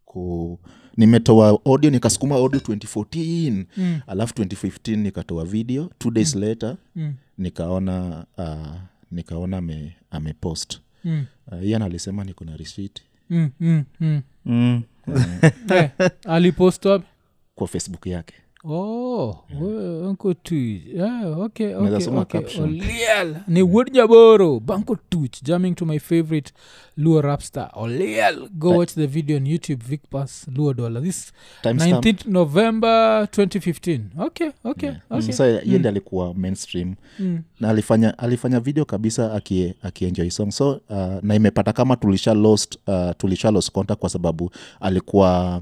[SPEAKER 3] ku nimetoa audio nikasukuma audio 2014
[SPEAKER 1] Mm.
[SPEAKER 3] alafu 2015 nikatoa video two days later
[SPEAKER 1] Mm.
[SPEAKER 3] nikaona uh, nikaona ame, amepost
[SPEAKER 1] Mm.
[SPEAKER 3] uh, ian alisema niko na receipt
[SPEAKER 1] Mm, mm, mm.
[SPEAKER 2] Mm.
[SPEAKER 3] *laughs*
[SPEAKER 1] Eh, alipost wapi
[SPEAKER 3] kwa facebook yake
[SPEAKER 1] Oh, we- Uncle Tuj. Yeah, okay,
[SPEAKER 3] Unaweza
[SPEAKER 1] okay,
[SPEAKER 3] soma
[SPEAKER 1] okay.
[SPEAKER 3] caption.
[SPEAKER 1] oliel ni wod nyaboro banko tuch jamming to my favorite luo rapstar oliel go watch the video on youtube vicpas luo dollar this
[SPEAKER 3] Timestamp.
[SPEAKER 1] 19th november 2015 okay okay, okay.
[SPEAKER 3] sa yende alikuwa mainstream
[SPEAKER 1] Mm.
[SPEAKER 3] na alifanya alifanya video kabisa aki- akienjoy song so uh, na imepata kama tulisha lost uh, tulisha lost contact kwa sababu alikuwa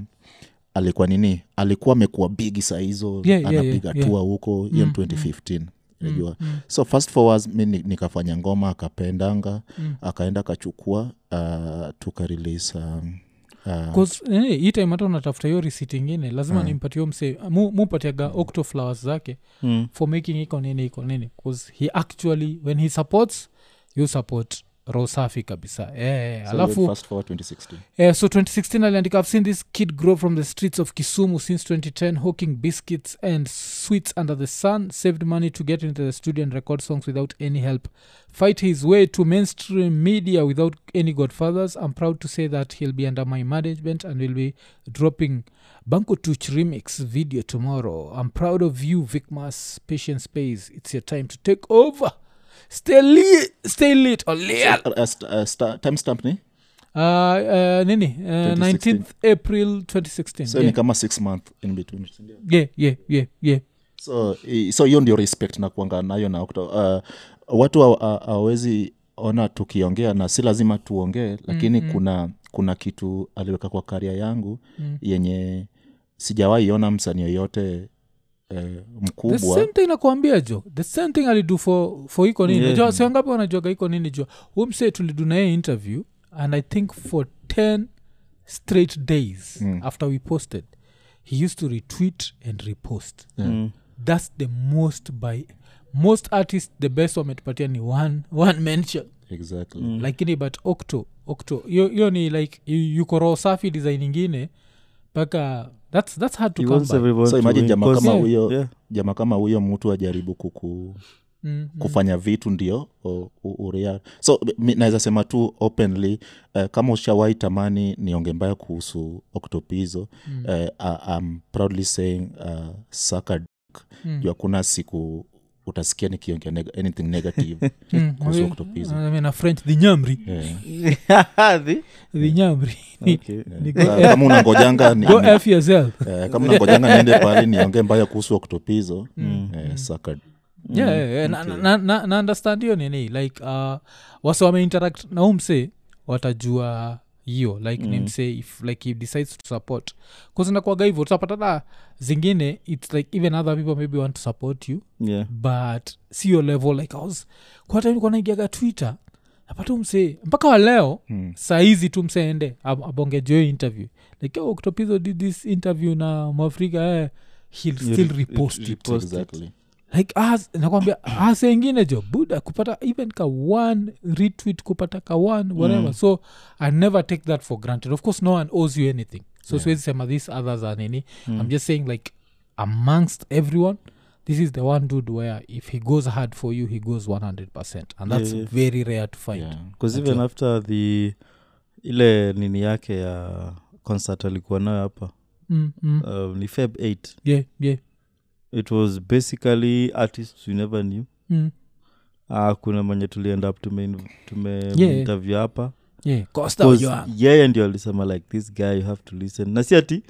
[SPEAKER 3] alikuwa nini alikuwa amekuwa bigi saa hizo
[SPEAKER 1] Yeah, yeah,
[SPEAKER 3] anapiga
[SPEAKER 1] yeah, yeah. Mm,
[SPEAKER 3] tour huko hiyo ni 2015 najua so first forwards mi ni- nikafanya ngoma akapendanga
[SPEAKER 1] Mm.
[SPEAKER 3] akaenda akachukua uh, tukarelease um, uh,
[SPEAKER 1] 'Cause, eh, hii time hata unatafuta hiyo risit ingine lazima nimpatie mse mu, mupatiaga octo flowers zake
[SPEAKER 2] Mm.
[SPEAKER 1] for making iko nini iko nini bcause he actually when he supports you support rosafi kabisa eh,
[SPEAKER 3] so
[SPEAKER 1] alafu
[SPEAKER 3] first forward 2016
[SPEAKER 1] Uh, so 2016 aliandika i've seen this kid grow from the streets of kisumu since 2010 hawking biscuits and sweets under the sun saved money to get into the studio and record songs without any help fight his way to mainstream media without any godfathers i'm proud to say that he'll be under my management and will be dropping banko tuch remix video tomorrow i'm proud of you vicmas patient space it's your time to take over stay lit stay lit or leal
[SPEAKER 3] Uh, uh, st- uh, sta- timestamp ni
[SPEAKER 1] Uh, uh, nini uh, 19th april 2016
[SPEAKER 3] so
[SPEAKER 1] yeah.
[SPEAKER 3] ni kama six month in between si ndio?
[SPEAKER 1] yeah, yeah, yeah, yeah.
[SPEAKER 3] so i- so hiyo ndio respect na kuanga nayo na Okto. uh, watu hawawezi ona tukiongea na si lazima tuongee lakini mm-hmm. kuna kuna kitu aliweka kwa karia yangu mm. yenye sijawahi ona msanii yoyote eh,
[SPEAKER 1] the
[SPEAKER 3] mkubwa
[SPEAKER 1] same thing nakuambia jo the same thing alidu for, for iko nini
[SPEAKER 2] Yeah.
[SPEAKER 1] yeah. siwangapi wanajuaga iko nini jo umse tulidu naye interview and i think for 10 straight days mm. after we posted he used to retweet and repost
[SPEAKER 2] Mm.
[SPEAKER 1] that's the most by most artist the best wametupatia ni one, one mention
[SPEAKER 3] exactly
[SPEAKER 2] Mm.
[SPEAKER 1] lakini but octo octo hiyo hiyo ni like y- yuko roho safi design ingine mpaka that's, that's hard to
[SPEAKER 2] He
[SPEAKER 1] come
[SPEAKER 2] wants
[SPEAKER 1] by.
[SPEAKER 2] everyone
[SPEAKER 3] so
[SPEAKER 2] to
[SPEAKER 3] imagine
[SPEAKER 2] win
[SPEAKER 3] jamaa
[SPEAKER 2] cause-
[SPEAKER 3] kama
[SPEAKER 1] Yeah.
[SPEAKER 3] huyo
[SPEAKER 2] Yeah.
[SPEAKER 3] jamaa kama huyo mtu ajaribu kuku
[SPEAKER 1] Mm, mm.
[SPEAKER 3] kufanya vitu ndio o- u- urea so mi- naweza sema tu openly uh, kama ushawahi tamani nionge mbaya kuhusu oktopizo mm. uh, im proudly saying uh, saka mm. juu hakuna siku utasikia nikiongea neg- anything negative
[SPEAKER 1] Mm,
[SPEAKER 3] kuhusu Eh,
[SPEAKER 1] we-
[SPEAKER 3] oktopizo
[SPEAKER 1] I mean, a french the nyamri
[SPEAKER 3] yeah.
[SPEAKER 1] *laughs*
[SPEAKER 2] *laughs* The-
[SPEAKER 1] the nyamri
[SPEAKER 2] okay.
[SPEAKER 1] Ni go-
[SPEAKER 3] Ka- kama unangojanga
[SPEAKER 1] *laughs*
[SPEAKER 3] ni,
[SPEAKER 1] go f yourself
[SPEAKER 3] eh, kama unangojanga niende pale niongee mbaya kuhusu oktopizo mm. eh, saka
[SPEAKER 2] Mm.
[SPEAKER 1] *laughs* yeah, yeah, yeah. Na- na- na- na understand hiyo nini like uh, wase wameinteract na umse watajua hiyo like mm. nimse if like he decides to support kuzinakuaga hivyo tutapatana zingine its like even other people maybe want to support you
[SPEAKER 2] Yeah.
[SPEAKER 1] but si yo level like I was kwa time nilikuwa naingiaga twitter napata msee mpaka waleo hmm. saizi tu mseende abongejeo interview like oh, Octopizzo did this interview na mwafrika eh, he'll still
[SPEAKER 2] re-
[SPEAKER 1] repost it
[SPEAKER 2] repost it.
[SPEAKER 3] exactly
[SPEAKER 1] like as- nakwambia hasa ingine jo buda kupata even ka one retweet kupata ka one whatever so i never take that for granted of course no one owes you anything so siwezi sema these others are nini i'm just saying like amongst everyone this is the one dude where if he goes hard for you he goes 100 and that's
[SPEAKER 2] Yeah, yeah.
[SPEAKER 1] very rare to find
[SPEAKER 3] Yeah.
[SPEAKER 2] bcause even after the ile nini yake ya concert alikuwa nayo hapa
[SPEAKER 1] mm, mm.
[SPEAKER 2] um, ni feb 8
[SPEAKER 1] yeah yeah
[SPEAKER 2] it was basically artists we never knew
[SPEAKER 1] mm.
[SPEAKER 2] uh, kuna mwenye tulienda up tume, tume
[SPEAKER 1] Yeah.
[SPEAKER 2] interview hapa
[SPEAKER 1] yeah costa
[SPEAKER 2] 'Cause
[SPEAKER 1] Ojwang.
[SPEAKER 2] yeye ndio alisema like this guy you have to listen na si ati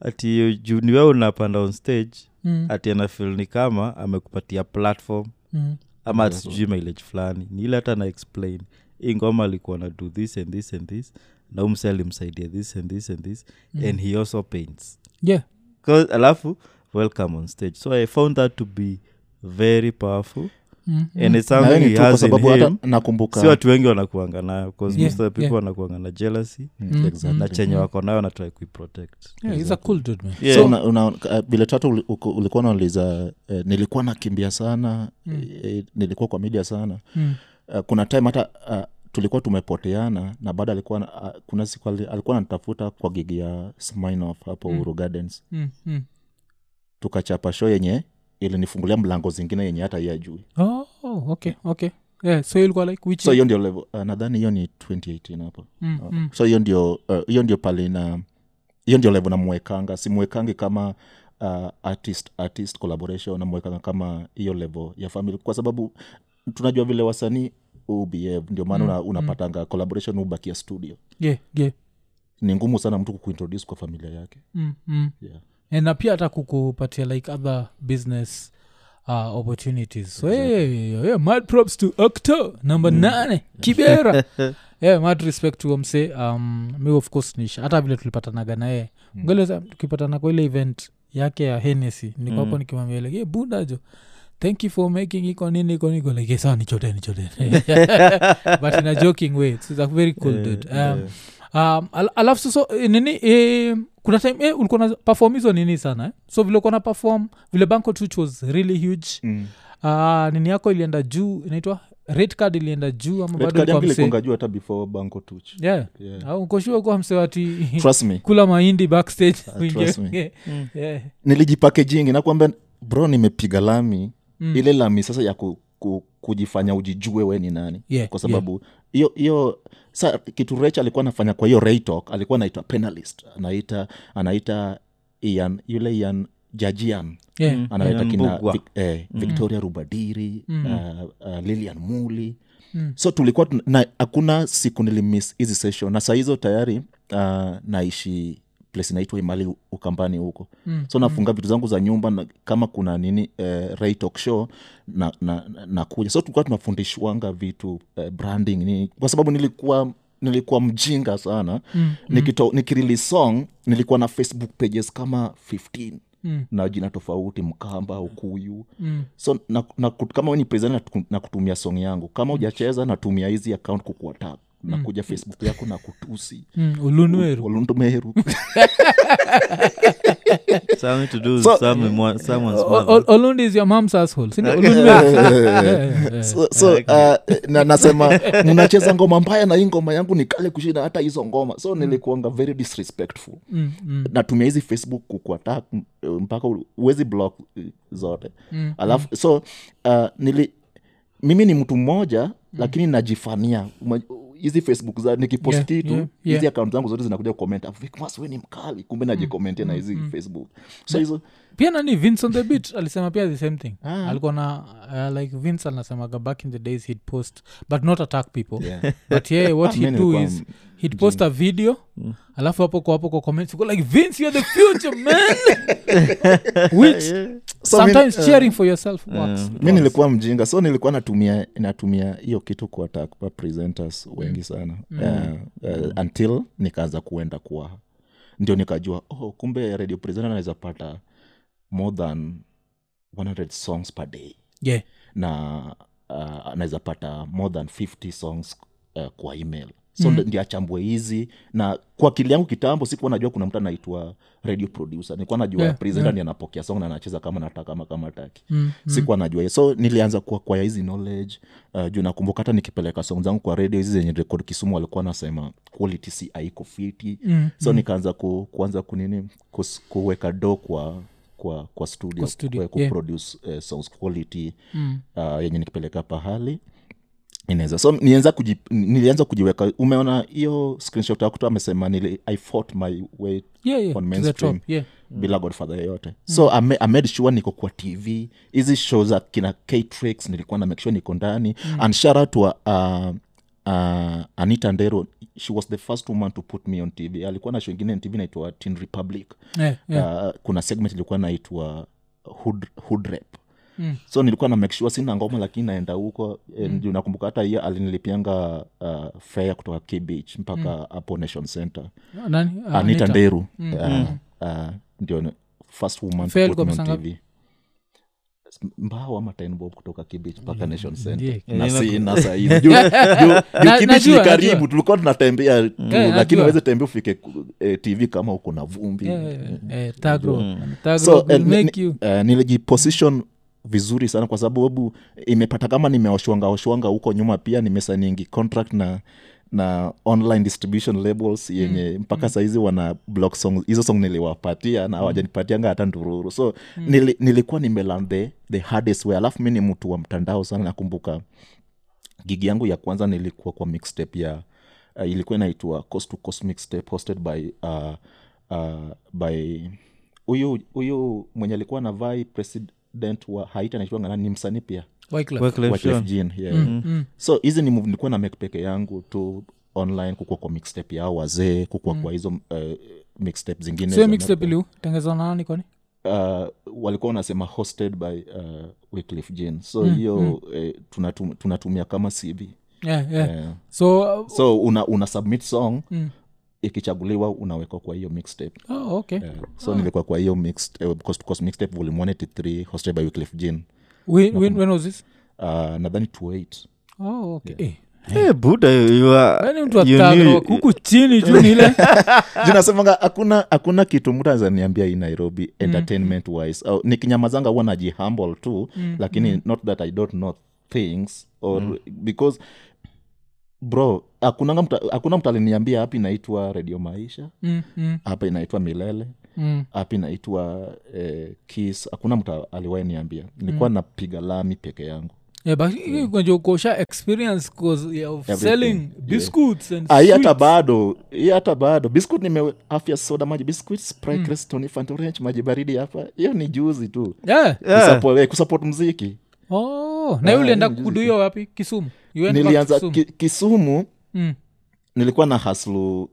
[SPEAKER 2] ati juu ni wewe unapanda on stage
[SPEAKER 1] Mm,
[SPEAKER 2] ati anafil ni kama amekupatia platform
[SPEAKER 1] mm.
[SPEAKER 2] ama ati sijui mileage fulani ni ile hata ana explain hii ngoma alikuwa na do this and this and this na umse alimsaidia this and this and this mm. and he also paints
[SPEAKER 1] yeah
[SPEAKER 2] 'Cause- alafu welcome on stage so i found that to be very powerful
[SPEAKER 1] Mm,
[SPEAKER 2] and it's
[SPEAKER 3] Na hiyo
[SPEAKER 2] something
[SPEAKER 3] ni
[SPEAKER 2] he
[SPEAKER 3] tu kwa
[SPEAKER 2] has in
[SPEAKER 3] sababu
[SPEAKER 2] him
[SPEAKER 3] hata nakumbuka
[SPEAKER 2] si watu wengi wanakuanga nayo bcause
[SPEAKER 1] Yeah,
[SPEAKER 2] most of the people
[SPEAKER 1] yeah. Mm-hmm.
[SPEAKER 2] wanakuanga na jealousy
[SPEAKER 3] Mm, exactly.
[SPEAKER 2] na chenye wako nayo natrai kuiprotect
[SPEAKER 1] yeah he's a cool dude man
[SPEAKER 2] Yeah.
[SPEAKER 3] so una, una, uh, vile tatu uli- uko- ulikuwa nauliza uh, nilikuwa nakimbia sana mm. uh, nilikuwa kwa media sana
[SPEAKER 1] Mm.
[SPEAKER 3] uh, kuna time hata uh, tulikuwa tumepoteana na baada alikuwa na- uh, kuna siku ali- alikuwa anatafuta kwa gigi ya sminoff hapo mm. uru gardens
[SPEAKER 1] Mm, mm.
[SPEAKER 3] tukachapa show yenye ilinifungulia mlango zingine yenye hata ye ajui
[SPEAKER 1] oh okay okay yeah so ilikuwa like which
[SPEAKER 3] so hiyo ndio level uh, nadhani hiyo ni 2018 hapo
[SPEAKER 1] Mm,
[SPEAKER 3] Uh,
[SPEAKER 1] mm.
[SPEAKER 3] so hiyo ndio uh, hiyo ndio pale na hiyo ndio level namwekanga simwekangi kama uh, artist artist collaboration namwekanga kama hiyo level ya family kwa sababu tunajua vile wasanii ubf ndio
[SPEAKER 1] Mm,
[SPEAKER 3] maana una, unapatanga collaboration ubakia studio
[SPEAKER 1] yeah yeah
[SPEAKER 3] ni ngumu sana mtu kuintroduce kwa familia yake
[SPEAKER 1] mm, mm.
[SPEAKER 3] yeah.
[SPEAKER 1] Eh, na pia hata kukupatia like other business uh, opportunities so hey, yeah, yeah, mad props to octo number mm. nane *laughs* kibera yeah, mad respect to mse um, mi of course nish hata vile tulipatanaga naye mm. ngeleza tukipatana kwa ile event yake ya henesi nikwapo mm. nikimwambia like, hey, bunda jo thank you for making iko nini iko niko like "Yeah, sawa nichotee *laughs* nichotee but in a joking way it's, it's a very cool dude um,
[SPEAKER 2] Yeah.
[SPEAKER 1] um, al- alafu soso nini eh, kuna time eh, ulikuwa na perform hizo nini sana eh? so vile ukuwa na perform vile banko tuch was really huge
[SPEAKER 3] mm.
[SPEAKER 1] uh, nini yako ilienda juu inaitwa red card ilienda juu ama
[SPEAKER 3] Red
[SPEAKER 1] bado
[SPEAKER 3] card
[SPEAKER 1] ulikuwa
[SPEAKER 3] yangu
[SPEAKER 1] msee
[SPEAKER 3] ilikuwa juu hata before banko tuch
[SPEAKER 1] yeah Ah,
[SPEAKER 3] yeah.
[SPEAKER 1] au ukoshua kuwa msee ati
[SPEAKER 3] trust me
[SPEAKER 1] *laughs* kula mahindi backstage
[SPEAKER 3] Ah, trust me.
[SPEAKER 1] Yeah. Yeah.
[SPEAKER 3] nilijipakejingi nakwambia bro nimepiga lami
[SPEAKER 1] Mm.
[SPEAKER 3] mm. ile lami sasa ya ku, ku, kujifanya ujijue we ni nani
[SPEAKER 1] Yeah,
[SPEAKER 3] kwa sababu hiyo hiyo sa kitu rech alikuwa anafanya kwa hiyo raytalk alikuwa anaitwa penalist anaita anaita ian yule ian jajian
[SPEAKER 1] Yeah.
[SPEAKER 3] anaita
[SPEAKER 2] Ian
[SPEAKER 3] kina
[SPEAKER 2] Mbugua.
[SPEAKER 3] Vic, eh, victoria rubadiri mm. uh, uh, lilian muli
[SPEAKER 1] Mm.
[SPEAKER 3] so tulikuwa tuna- na hakuna siku nilimiss hizi session na saa hizo tayari uh, naishi place inaitwa imali ukambani huko
[SPEAKER 1] Mm.
[SPEAKER 3] so nafunga vitu zangu za nyumba na, kama kuna nini eh, Ray Talk show na, na, na, na kuja so tulikuwa tunafundishwanga vitu eh, branding nini kwa sababu nilikuwa nilikuwa mjinga sana mm, nikito nikirili song nilikuwa na facebook pages kama 15
[SPEAKER 1] Mm.
[SPEAKER 3] na jina tofauti mkamba ukuyu
[SPEAKER 1] Mm.
[SPEAKER 3] so na, na, kut- kama we ni present na, tu- na kutumia song yangu kama ujacheza natumia hizi account kukuata nakuja facebook yako na kutusi
[SPEAKER 1] Mm. ulunweru
[SPEAKER 3] olundumeru
[SPEAKER 2] Something to do with
[SPEAKER 3] So-
[SPEAKER 2] someone- someone's mother.
[SPEAKER 1] Ol- olundi is your mom's asshole sindio
[SPEAKER 3] *laughs*
[SPEAKER 1] ulunweru yeah, yeah, yeah.
[SPEAKER 3] *laughs* so, so uh, na, nasema *laughs* mnacheza ngoma mbaya na hii ngoma yangu ni kale kushinda hata hizo ngoma so nilikuanga very disrespectful
[SPEAKER 1] Mm, mm.
[SPEAKER 3] natumia hizi facebook kukuatak mpaka u- huwezi block eh, zote
[SPEAKER 1] Mm,
[SPEAKER 3] alafu so uh, nili mimi ni mtu mmoja
[SPEAKER 1] Mm.
[SPEAKER 3] lakini najifania Ma- hizi facebook za nikipost
[SPEAKER 1] Yeah,
[SPEAKER 3] kitu
[SPEAKER 1] yeah,
[SPEAKER 3] hizi
[SPEAKER 1] yeah.
[SPEAKER 3] akaunti zangu zote zinakuja kukomenta vikmas we ni mkali kumbe najikomentia
[SPEAKER 1] Mm,
[SPEAKER 3] na hizi facebook so hizo
[SPEAKER 1] pia nani vince on the beat alisema pia the same thing
[SPEAKER 3] Ah.
[SPEAKER 1] alikuwa na uh, like vince anasemaga back in the days he'd post but not attack people *laughs* but yeye what
[SPEAKER 3] Ah, mi
[SPEAKER 1] he'd do
[SPEAKER 3] nilikuwa Mm.
[SPEAKER 1] is he'd post a video alafu hapo kwa hapo kwa comments uko like vince you're the future man which
[SPEAKER 3] *laughs* So
[SPEAKER 1] sometimes
[SPEAKER 3] mi- eh,
[SPEAKER 1] cheering for yourself works
[SPEAKER 3] mi nilikuwa mjinga so nilikuwa natumia natumia hiyo kitu kuwatapa presenters wengi sana uh, uh, until nikaanza kuenda kwa ndio nikajua oh, kumbe radio presenter anaweza pata more than 100 songs per day eh,
[SPEAKER 1] yeah
[SPEAKER 3] na uh, anaweza pata more than 50 songs uh, kwa email so mm. ndi achambue hizi na kwa akili yangu kitambo sikuwa najua kuna mtu anaitwa radio producer nilikuwa najua
[SPEAKER 1] Yeah,
[SPEAKER 3] yeah, presenter yeah. anapokea song na anacheza kama nataka ama kama taki mm, sikuwa najua hiyo. so nilianza kuakwaya hizi knowledge uh, juu nakumbuka hata nikipeleka song zangu kwa radio hizi zenye record kisumu walikuwa nasema quality si haiko fiti
[SPEAKER 1] Mm-hmm.
[SPEAKER 3] mm, so mm. nikaanza ku, kuanza kunini kus, kuweka do kwa kwa kwa studio,
[SPEAKER 1] Kwa studio,
[SPEAKER 3] ku-
[SPEAKER 1] yeah.
[SPEAKER 3] kuproduce eh, songs quality mm. uh, yenye nikipeleka pahali inaweza so nilianza kuji, nilianza kujiweka umeona hiyo screenshot yako tu amesema nili, i fought my way
[SPEAKER 1] Yeah, yeah,
[SPEAKER 3] on
[SPEAKER 1] to the
[SPEAKER 3] mainstream
[SPEAKER 1] top, yeah. Mm.
[SPEAKER 3] bila godfather yeyote so I ma- I made sure niko kwa tv hizi show za kina ktrix nilikuwa na make sure niko ndani mm. and shout out to uh, uh, anita ndero she was the first woman to put me on tv alikuwa na show ingine tv naitwa tin republic
[SPEAKER 1] Yeah, yeah.
[SPEAKER 3] uh, kuna segment ilikuwa naitwa hood, hood rap Mm. so nilikuwa na make sure sina ngoma lakini naenda huko mm. nakumbuka hata hiyo alinilipianga uh, fare kutoka kbh mpaka mm. hapo nation center
[SPEAKER 1] Nani? Ah,
[SPEAKER 3] anita
[SPEAKER 1] Anita.
[SPEAKER 3] nderu mm. uh, uh, ndio ni- first woman to
[SPEAKER 1] Fair
[SPEAKER 3] put me on
[SPEAKER 1] ilikuwa msanga-
[SPEAKER 3] TV. mbao ama tenbob kutoka kibich mpaka nation center
[SPEAKER 1] ndiye.
[SPEAKER 3] na si na
[SPEAKER 1] *laughs*
[SPEAKER 3] sahizi juu juu- juu
[SPEAKER 1] Na-
[SPEAKER 3] kibich ni
[SPEAKER 1] najua,
[SPEAKER 3] karibu
[SPEAKER 1] najua.
[SPEAKER 3] tulikuwa tunatembea tu,
[SPEAKER 1] Eh,
[SPEAKER 3] lakini
[SPEAKER 1] najua.
[SPEAKER 3] waweze tembea ufike ku- eh, tv kama uko na vumbi
[SPEAKER 1] Yeah, yeah, yeah. Eh, Thug Road. Thug
[SPEAKER 3] Mm. so
[SPEAKER 1] Road will
[SPEAKER 3] eh, ni-
[SPEAKER 1] make
[SPEAKER 3] ni-
[SPEAKER 1] you-
[SPEAKER 3] eh, nilijiposition vizuri sana kwa sababu imepata kama nimeoshwanga oshwanga huko nyuma pia nimesaningi contract na na online distribution labels yenye mm. mpaka mm. saizi wana block songs hizo song niliwapatia na hawajanipatianga hata ndururu so mm. nili, nilikuwa nimelan the, the hardest way alafu mi ni mtu wa mtandao sana nakumbuka gigi yangu ya kwanza nilikuwa kwa mixtape ya uh, ilikuwa inaitwa cost to cost mixtape hosted by uh, uh, by huyu huyu mwenye alikuwa na vai president wa haiti anaitwanga nani ni msanii pia
[SPEAKER 1] Wyclef.
[SPEAKER 2] Wyclef
[SPEAKER 3] Wyclef
[SPEAKER 2] Jean.
[SPEAKER 3] Jean, yeah.
[SPEAKER 1] Mm,
[SPEAKER 3] so hizi ni move nilikuwa na make peke yangu tu online kukua kwa mixtape yao wazee kukua kwa hizo uh, mixtape zingine
[SPEAKER 1] Mm. So hiyo
[SPEAKER 3] za-
[SPEAKER 1] mixtape ilitengenezwa na nani kwani?
[SPEAKER 3] uh, walikuwa wanasema hosted by uh, Wyclef Jean. so
[SPEAKER 1] Mm,
[SPEAKER 3] hiyo eh, tunatum, tunatumia kama cv
[SPEAKER 1] Yeah, yeah.
[SPEAKER 3] Eh,
[SPEAKER 1] So, uh,
[SPEAKER 3] so una, una submit song ikichaguliwa unawekwa kwa hiyo mixtape
[SPEAKER 1] oh, okay.
[SPEAKER 3] so nilikuwa kwa hiyo mixed- eh, cost- cost mixtape volume 183 hosted by Wyclef Jean.
[SPEAKER 1] When- when- when was this?
[SPEAKER 3] uh, nadhani 28
[SPEAKER 1] Oh, okay. Eh,
[SPEAKER 2] Hey, Buddha, you are,
[SPEAKER 1] yaani mtu wa
[SPEAKER 2] you
[SPEAKER 1] Thug
[SPEAKER 2] knew-
[SPEAKER 1] Road, huku chini juu ni
[SPEAKER 2] *laughs*
[SPEAKER 1] ile
[SPEAKER 3] Juu nasemanga hakuna hakuna kitu mtu anazaniambia hii nairobi entertainment wise au nikinyamazanga huwa najihumble tu lakini not that i don't know things or because bro hakunanga mtu- hakuna mtu aliniambia hapa inaitwa redio maisha
[SPEAKER 1] Mm, mm,
[SPEAKER 3] hapa inaitwa milele
[SPEAKER 1] mm.
[SPEAKER 3] hapa inaitwa eh, kiss hakuna mtu aliwahi niambia nilikuwa napiga lami peke yangu
[SPEAKER 1] Yeah, but hii unajua kuosha experience 'cause of
[SPEAKER 3] Everything,
[SPEAKER 1] selling biscuits and
[SPEAKER 3] Ah, hii hata
[SPEAKER 1] sweets.
[SPEAKER 3] bado hii hata bado biscuit nime afya soda maji biscuit spray Creston, Fanta Orange, maji baridi hapa hiyo ni juzi tu
[SPEAKER 1] Yeah.
[SPEAKER 2] Yeah.
[SPEAKER 3] Kusupport- eh, kusupport mziki
[SPEAKER 1] Oh,
[SPEAKER 2] Ah,
[SPEAKER 1] na hiyo ulienda kuduhiyo wapi kisumu You went back to
[SPEAKER 3] nilianza
[SPEAKER 1] Kisumu?
[SPEAKER 3] ki, kisumu
[SPEAKER 1] Mm.
[SPEAKER 3] nilikuwa na haslu uh,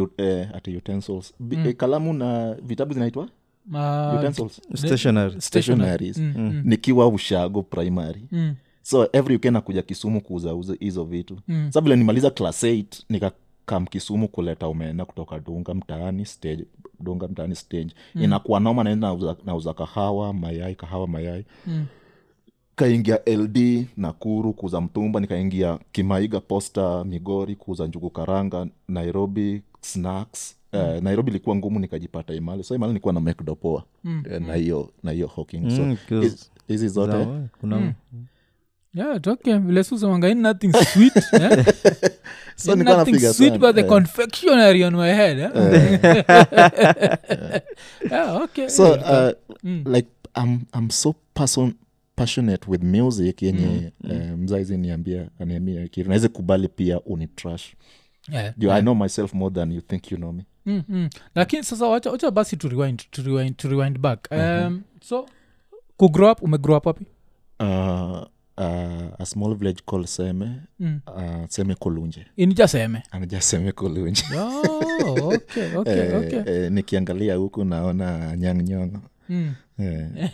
[SPEAKER 3] ut- eh, ati utensils Bi- eh, kalamu na vitabu zinaitwa
[SPEAKER 1] Ma-
[SPEAKER 3] utensils
[SPEAKER 2] Stationary.
[SPEAKER 3] stationaries
[SPEAKER 2] Mm.
[SPEAKER 3] nikiwa ushago primary
[SPEAKER 1] Mm.
[SPEAKER 3] so every weekend nakuja kisumu kuuza uza- hizo vitu mm. sa vile nimaliza class 8 nikakam kisumu kuleta umeenda kutoka dunga mtaani stage dunga mtaani stage mm. inakuwa noma naenda nauza, nauza kahawa mayai kahawa mayai
[SPEAKER 1] Mm.
[SPEAKER 3] kaingia ld nakuru kuuza mtumba nikaingia kimaiga posta migori kuuza njugu karanga nairobi snacks Uh, nairobi ilikuwa ngumu nikajipata imali so imali nilikuwa na mekdopoa mm. na hiyo na hiyo hawking
[SPEAKER 2] Mm,
[SPEAKER 3] so
[SPEAKER 2] 'cause-
[SPEAKER 3] hizi- hizi zote
[SPEAKER 2] Sawa, kuna
[SPEAKER 1] Hmm. Yeah, it's okay. Vile Susan wanga, ain't nothing
[SPEAKER 2] *laughs*
[SPEAKER 1] sweet, eh?
[SPEAKER 3] so
[SPEAKER 1] Ain't
[SPEAKER 3] nilikuwa
[SPEAKER 1] nothing
[SPEAKER 3] napiga
[SPEAKER 1] sweet
[SPEAKER 3] sana.
[SPEAKER 1] but the
[SPEAKER 3] Eh.
[SPEAKER 1] confectionery on my head, eh? Yeah, okay.
[SPEAKER 3] so uh,
[SPEAKER 1] Mm.
[SPEAKER 3] like I'm, i'm so person passionate with music yenye
[SPEAKER 1] Mm.
[SPEAKER 3] eh, mzazi niambia aniambia kitu naweza kubali pia unitrash
[SPEAKER 1] Yeah.
[SPEAKER 3] juu i know myself more than you think you know me
[SPEAKER 1] Mm, mm. lakini sasa wacha, wacha basi to rewind, to rewind, to rewind back um, so kugrow up umegrow up wapi
[SPEAKER 3] uh, uh, a small village called seme
[SPEAKER 1] Mm.
[SPEAKER 3] uh, seme kolunje
[SPEAKER 1] inijaseme
[SPEAKER 3] anajaseme kolunje
[SPEAKER 1] *laughs* oh, okay, *laughs* okay, okay.
[SPEAKER 3] eh, eh, nikiangalia huku naona nyangnyongo
[SPEAKER 1] Mm. *laughs*
[SPEAKER 3] Eh.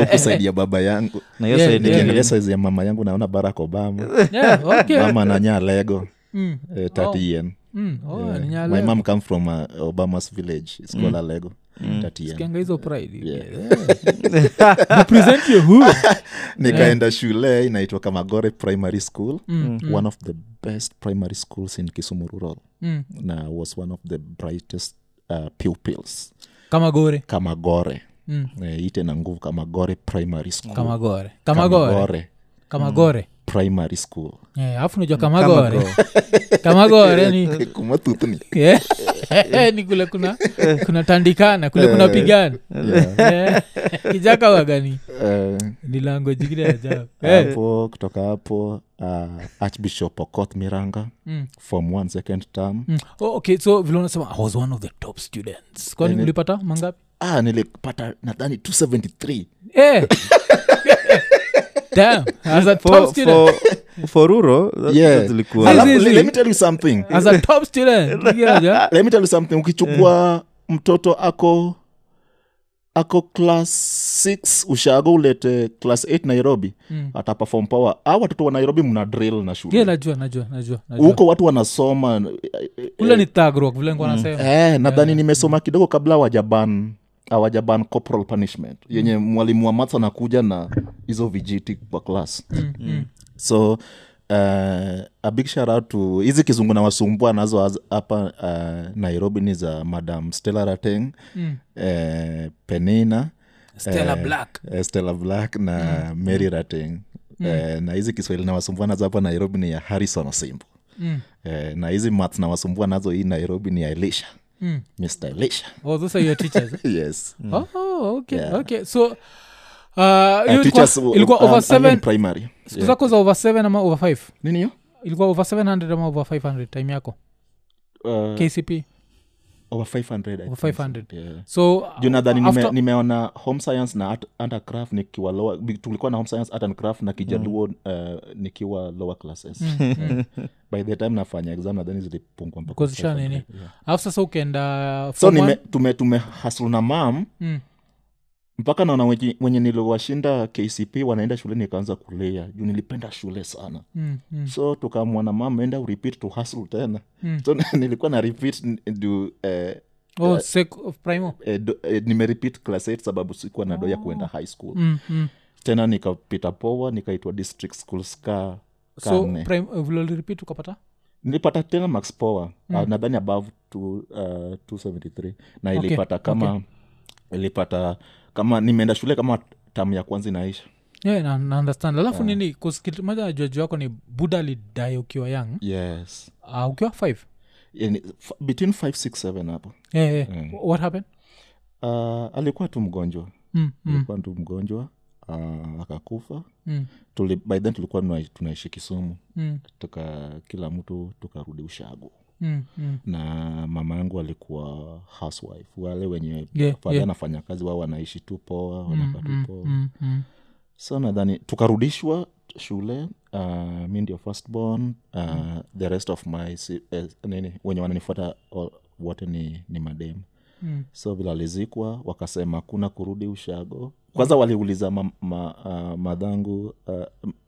[SPEAKER 3] huku saidi ya baba yangu
[SPEAKER 2] na hiyo
[SPEAKER 1] Yeah,
[SPEAKER 2] side
[SPEAKER 1] yeah.
[SPEAKER 2] ingine-
[SPEAKER 3] nikiangalia saizi ya mama yangu naona barack obama
[SPEAKER 1] *laughs* Yeah, okay.
[SPEAKER 3] mama nanya lego
[SPEAKER 1] Mm,
[SPEAKER 3] eh, 30 yen
[SPEAKER 1] mm. Oh,
[SPEAKER 3] Yeah.
[SPEAKER 1] ninyale.
[SPEAKER 3] my mom come from uh, obama's village it's called alego tatien
[SPEAKER 1] kianga hizo pride
[SPEAKER 3] Yeah.
[SPEAKER 2] *laughs*
[SPEAKER 1] represent your who
[SPEAKER 3] nikaenda shule inaitwa kamagore primary school one of the best primary schools in kisumu rural
[SPEAKER 1] Mm.
[SPEAKER 3] na was one of the brightest uh, pupils
[SPEAKER 1] kama gore
[SPEAKER 3] kamagore
[SPEAKER 1] Mm.
[SPEAKER 3] Eh, ite na nguvu kamagore primary school
[SPEAKER 1] kama gore kama gore
[SPEAKER 3] Kamagore
[SPEAKER 1] kama gore
[SPEAKER 3] primary school
[SPEAKER 1] Eh, alafu najua kama gore *laughs* kama gore ni
[SPEAKER 3] *laughs*
[SPEAKER 1] *laughs*
[SPEAKER 3] kumathuthni
[SPEAKER 1] Yeah. *laughs* ni kule kuna kuna tandikana kule kuna pigana *laughs* Eh, kijaka wagani
[SPEAKER 3] Eh,
[SPEAKER 1] ni lango jingine ya *laughs* ajabu. Eh,
[SPEAKER 3] hapo kutoka hapo uh, archbishop okoth miranga
[SPEAKER 1] Mm.
[SPEAKER 3] form one second term
[SPEAKER 1] mm. Oh, okay so vile unasema i was one of the top students kwani ulipata mangapi
[SPEAKER 3] ah, nilipata nadhani 273
[SPEAKER 1] Eh. *laughs* Damn, as a top
[SPEAKER 2] for,
[SPEAKER 1] student
[SPEAKER 2] for, for rural that-
[SPEAKER 3] Yeah.
[SPEAKER 2] that ilikuwa
[SPEAKER 1] Zile-
[SPEAKER 3] Alafu,
[SPEAKER 1] Zizi.
[SPEAKER 3] let me tell you something
[SPEAKER 1] as a top student
[SPEAKER 3] *laughs*
[SPEAKER 1] Kiaja.
[SPEAKER 3] let me tell you something ukichukua mtoto ako ako class 6 ushago ulete class 8 nairobi
[SPEAKER 1] Mm.
[SPEAKER 3] ata perform power a watoto wa nairobi mna drill na
[SPEAKER 1] Yeah,
[SPEAKER 3] shule
[SPEAKER 1] najua najua najua najua
[SPEAKER 3] huko watu wanasoma eh, eh,
[SPEAKER 1] kule ni tagrok vile nikuwa nasema
[SPEAKER 3] eh, nadhani nimesoma kidogo kabla wajaban awajaban corporal punishment
[SPEAKER 1] Mm.
[SPEAKER 3] yenye mwalimu wa maths anakuja na hizo vijiti kwa class
[SPEAKER 1] Mm, mm.
[SPEAKER 3] so uh, a big shout out to hizi kizungu na wasumbua nazo haz- hapa uh, nairobi ni za madam stella rateng
[SPEAKER 1] Mm.
[SPEAKER 3] eh, penina
[SPEAKER 1] Stella
[SPEAKER 3] eh,
[SPEAKER 1] Black.
[SPEAKER 3] eh, stella black na
[SPEAKER 1] Mm.
[SPEAKER 3] mary rateng Eh, na hizi kiswahili na wasumbua nazo hapa nairobi ni ya harrison osimbo
[SPEAKER 1] Mm,
[SPEAKER 3] eh, na hizi maths na wasumbua nazo hii nairobi ni ya elisha
[SPEAKER 1] mm.
[SPEAKER 3] mr
[SPEAKER 1] *laughs*
[SPEAKER 3] elisha
[SPEAKER 1] Oh, those are your teachers
[SPEAKER 3] *laughs*
[SPEAKER 1] eh?
[SPEAKER 3] yes
[SPEAKER 1] Oh, okay, okay. so uh, hiyo
[SPEAKER 3] Uh,
[SPEAKER 1] ilikuwa-
[SPEAKER 3] teachers w-
[SPEAKER 1] ilikuwa
[SPEAKER 3] um,
[SPEAKER 1] over
[SPEAKER 3] I'm in
[SPEAKER 1] seven
[SPEAKER 3] primary
[SPEAKER 1] siku zako za over seven ama over five
[SPEAKER 3] nini hiyo
[SPEAKER 1] ilikuwa over 700 ama over 500 time yako
[SPEAKER 3] uh,
[SPEAKER 1] kcp
[SPEAKER 3] over 500 I
[SPEAKER 1] Over
[SPEAKER 3] think so.
[SPEAKER 1] 500.
[SPEAKER 3] yeah.
[SPEAKER 1] so
[SPEAKER 3] juu nadhani nime-
[SPEAKER 1] *laughs* after-
[SPEAKER 3] nimeona home science na art- art and craft nikiwa lower bi- tulikuwa na home science art and craft na kijaluo
[SPEAKER 1] Mm.
[SPEAKER 3] uh, nikiwa lower classes by the time nafanya exam nadhani zilipungua mpaka
[SPEAKER 1] Because sha nini?
[SPEAKER 3] 500, yeah.
[SPEAKER 1] alafu sasa ukaenda
[SPEAKER 3] so
[SPEAKER 1] form
[SPEAKER 3] nime-
[SPEAKER 1] one?
[SPEAKER 3] tume tumehasl na mam
[SPEAKER 1] Mm.
[SPEAKER 3] mpaka naona wenye, wenye niliwashinda kcp wanaenda shule nikaanza kulia juu nilipenda shule sana
[SPEAKER 1] Mm, mm.
[SPEAKER 3] so tukamwa na mam enda urepeat to hustle tena *laughs*
[SPEAKER 1] Mm.
[SPEAKER 3] so nilikuwa na repeat n- do, eh,
[SPEAKER 1] oh, sec of primo
[SPEAKER 3] eh, do, eh, nimerepeat class 8 sababu sikuwa na doya kuenda high school
[SPEAKER 1] mm, mm.
[SPEAKER 3] tena nikapita poa nikaitwa district schools ka
[SPEAKER 1] so
[SPEAKER 3] Kane.
[SPEAKER 1] prime- uh, vile uliripit ukapata
[SPEAKER 3] nilipata tena max power mm. nadhani above to, uh, 273 na
[SPEAKER 1] Okay,
[SPEAKER 3] ilipata kama ilipata kama nimeenda shule kama tamu ya kwanza inaisha
[SPEAKER 1] yeah, na, na understand alafu nini kuskilmaja najuaju wako ni buda lidai ukiwa young
[SPEAKER 3] yes
[SPEAKER 1] uh, ukiwa five
[SPEAKER 3] Yani, f- between 567 hapo
[SPEAKER 1] yeah, yeah. what happened
[SPEAKER 3] uh, alikuwa tu mgonjwa
[SPEAKER 1] mm, mm,
[SPEAKER 3] alikuwa tu mgonjwa uh, akakufa
[SPEAKER 1] mm,
[SPEAKER 3] Tuli, by then tulikuwa tunai- tunaishi kisumu
[SPEAKER 1] mm,
[SPEAKER 3] tuka kila mtu tukarudi ushago
[SPEAKER 1] mm, mm.
[SPEAKER 3] na mama yangu alikuwa housewife wale wenye
[SPEAKER 1] Yeah,
[SPEAKER 3] pale
[SPEAKER 1] yeah.
[SPEAKER 3] anafanya kazi wao wanaishi tu poa wanakaa tu poa
[SPEAKER 1] Mm, mm.
[SPEAKER 3] so nadhani tukarudishwa shule uh, mi ndio firstborn uh,
[SPEAKER 1] Mm.
[SPEAKER 3] the rest of my si- eh, nini wenye wananifuata o- wote ni, ni mademu
[SPEAKER 1] Mm.
[SPEAKER 3] so vile alizikwa wakasema kuna kurudi ushago kwanza waliuliza ma, ma, uh, madhangu uh,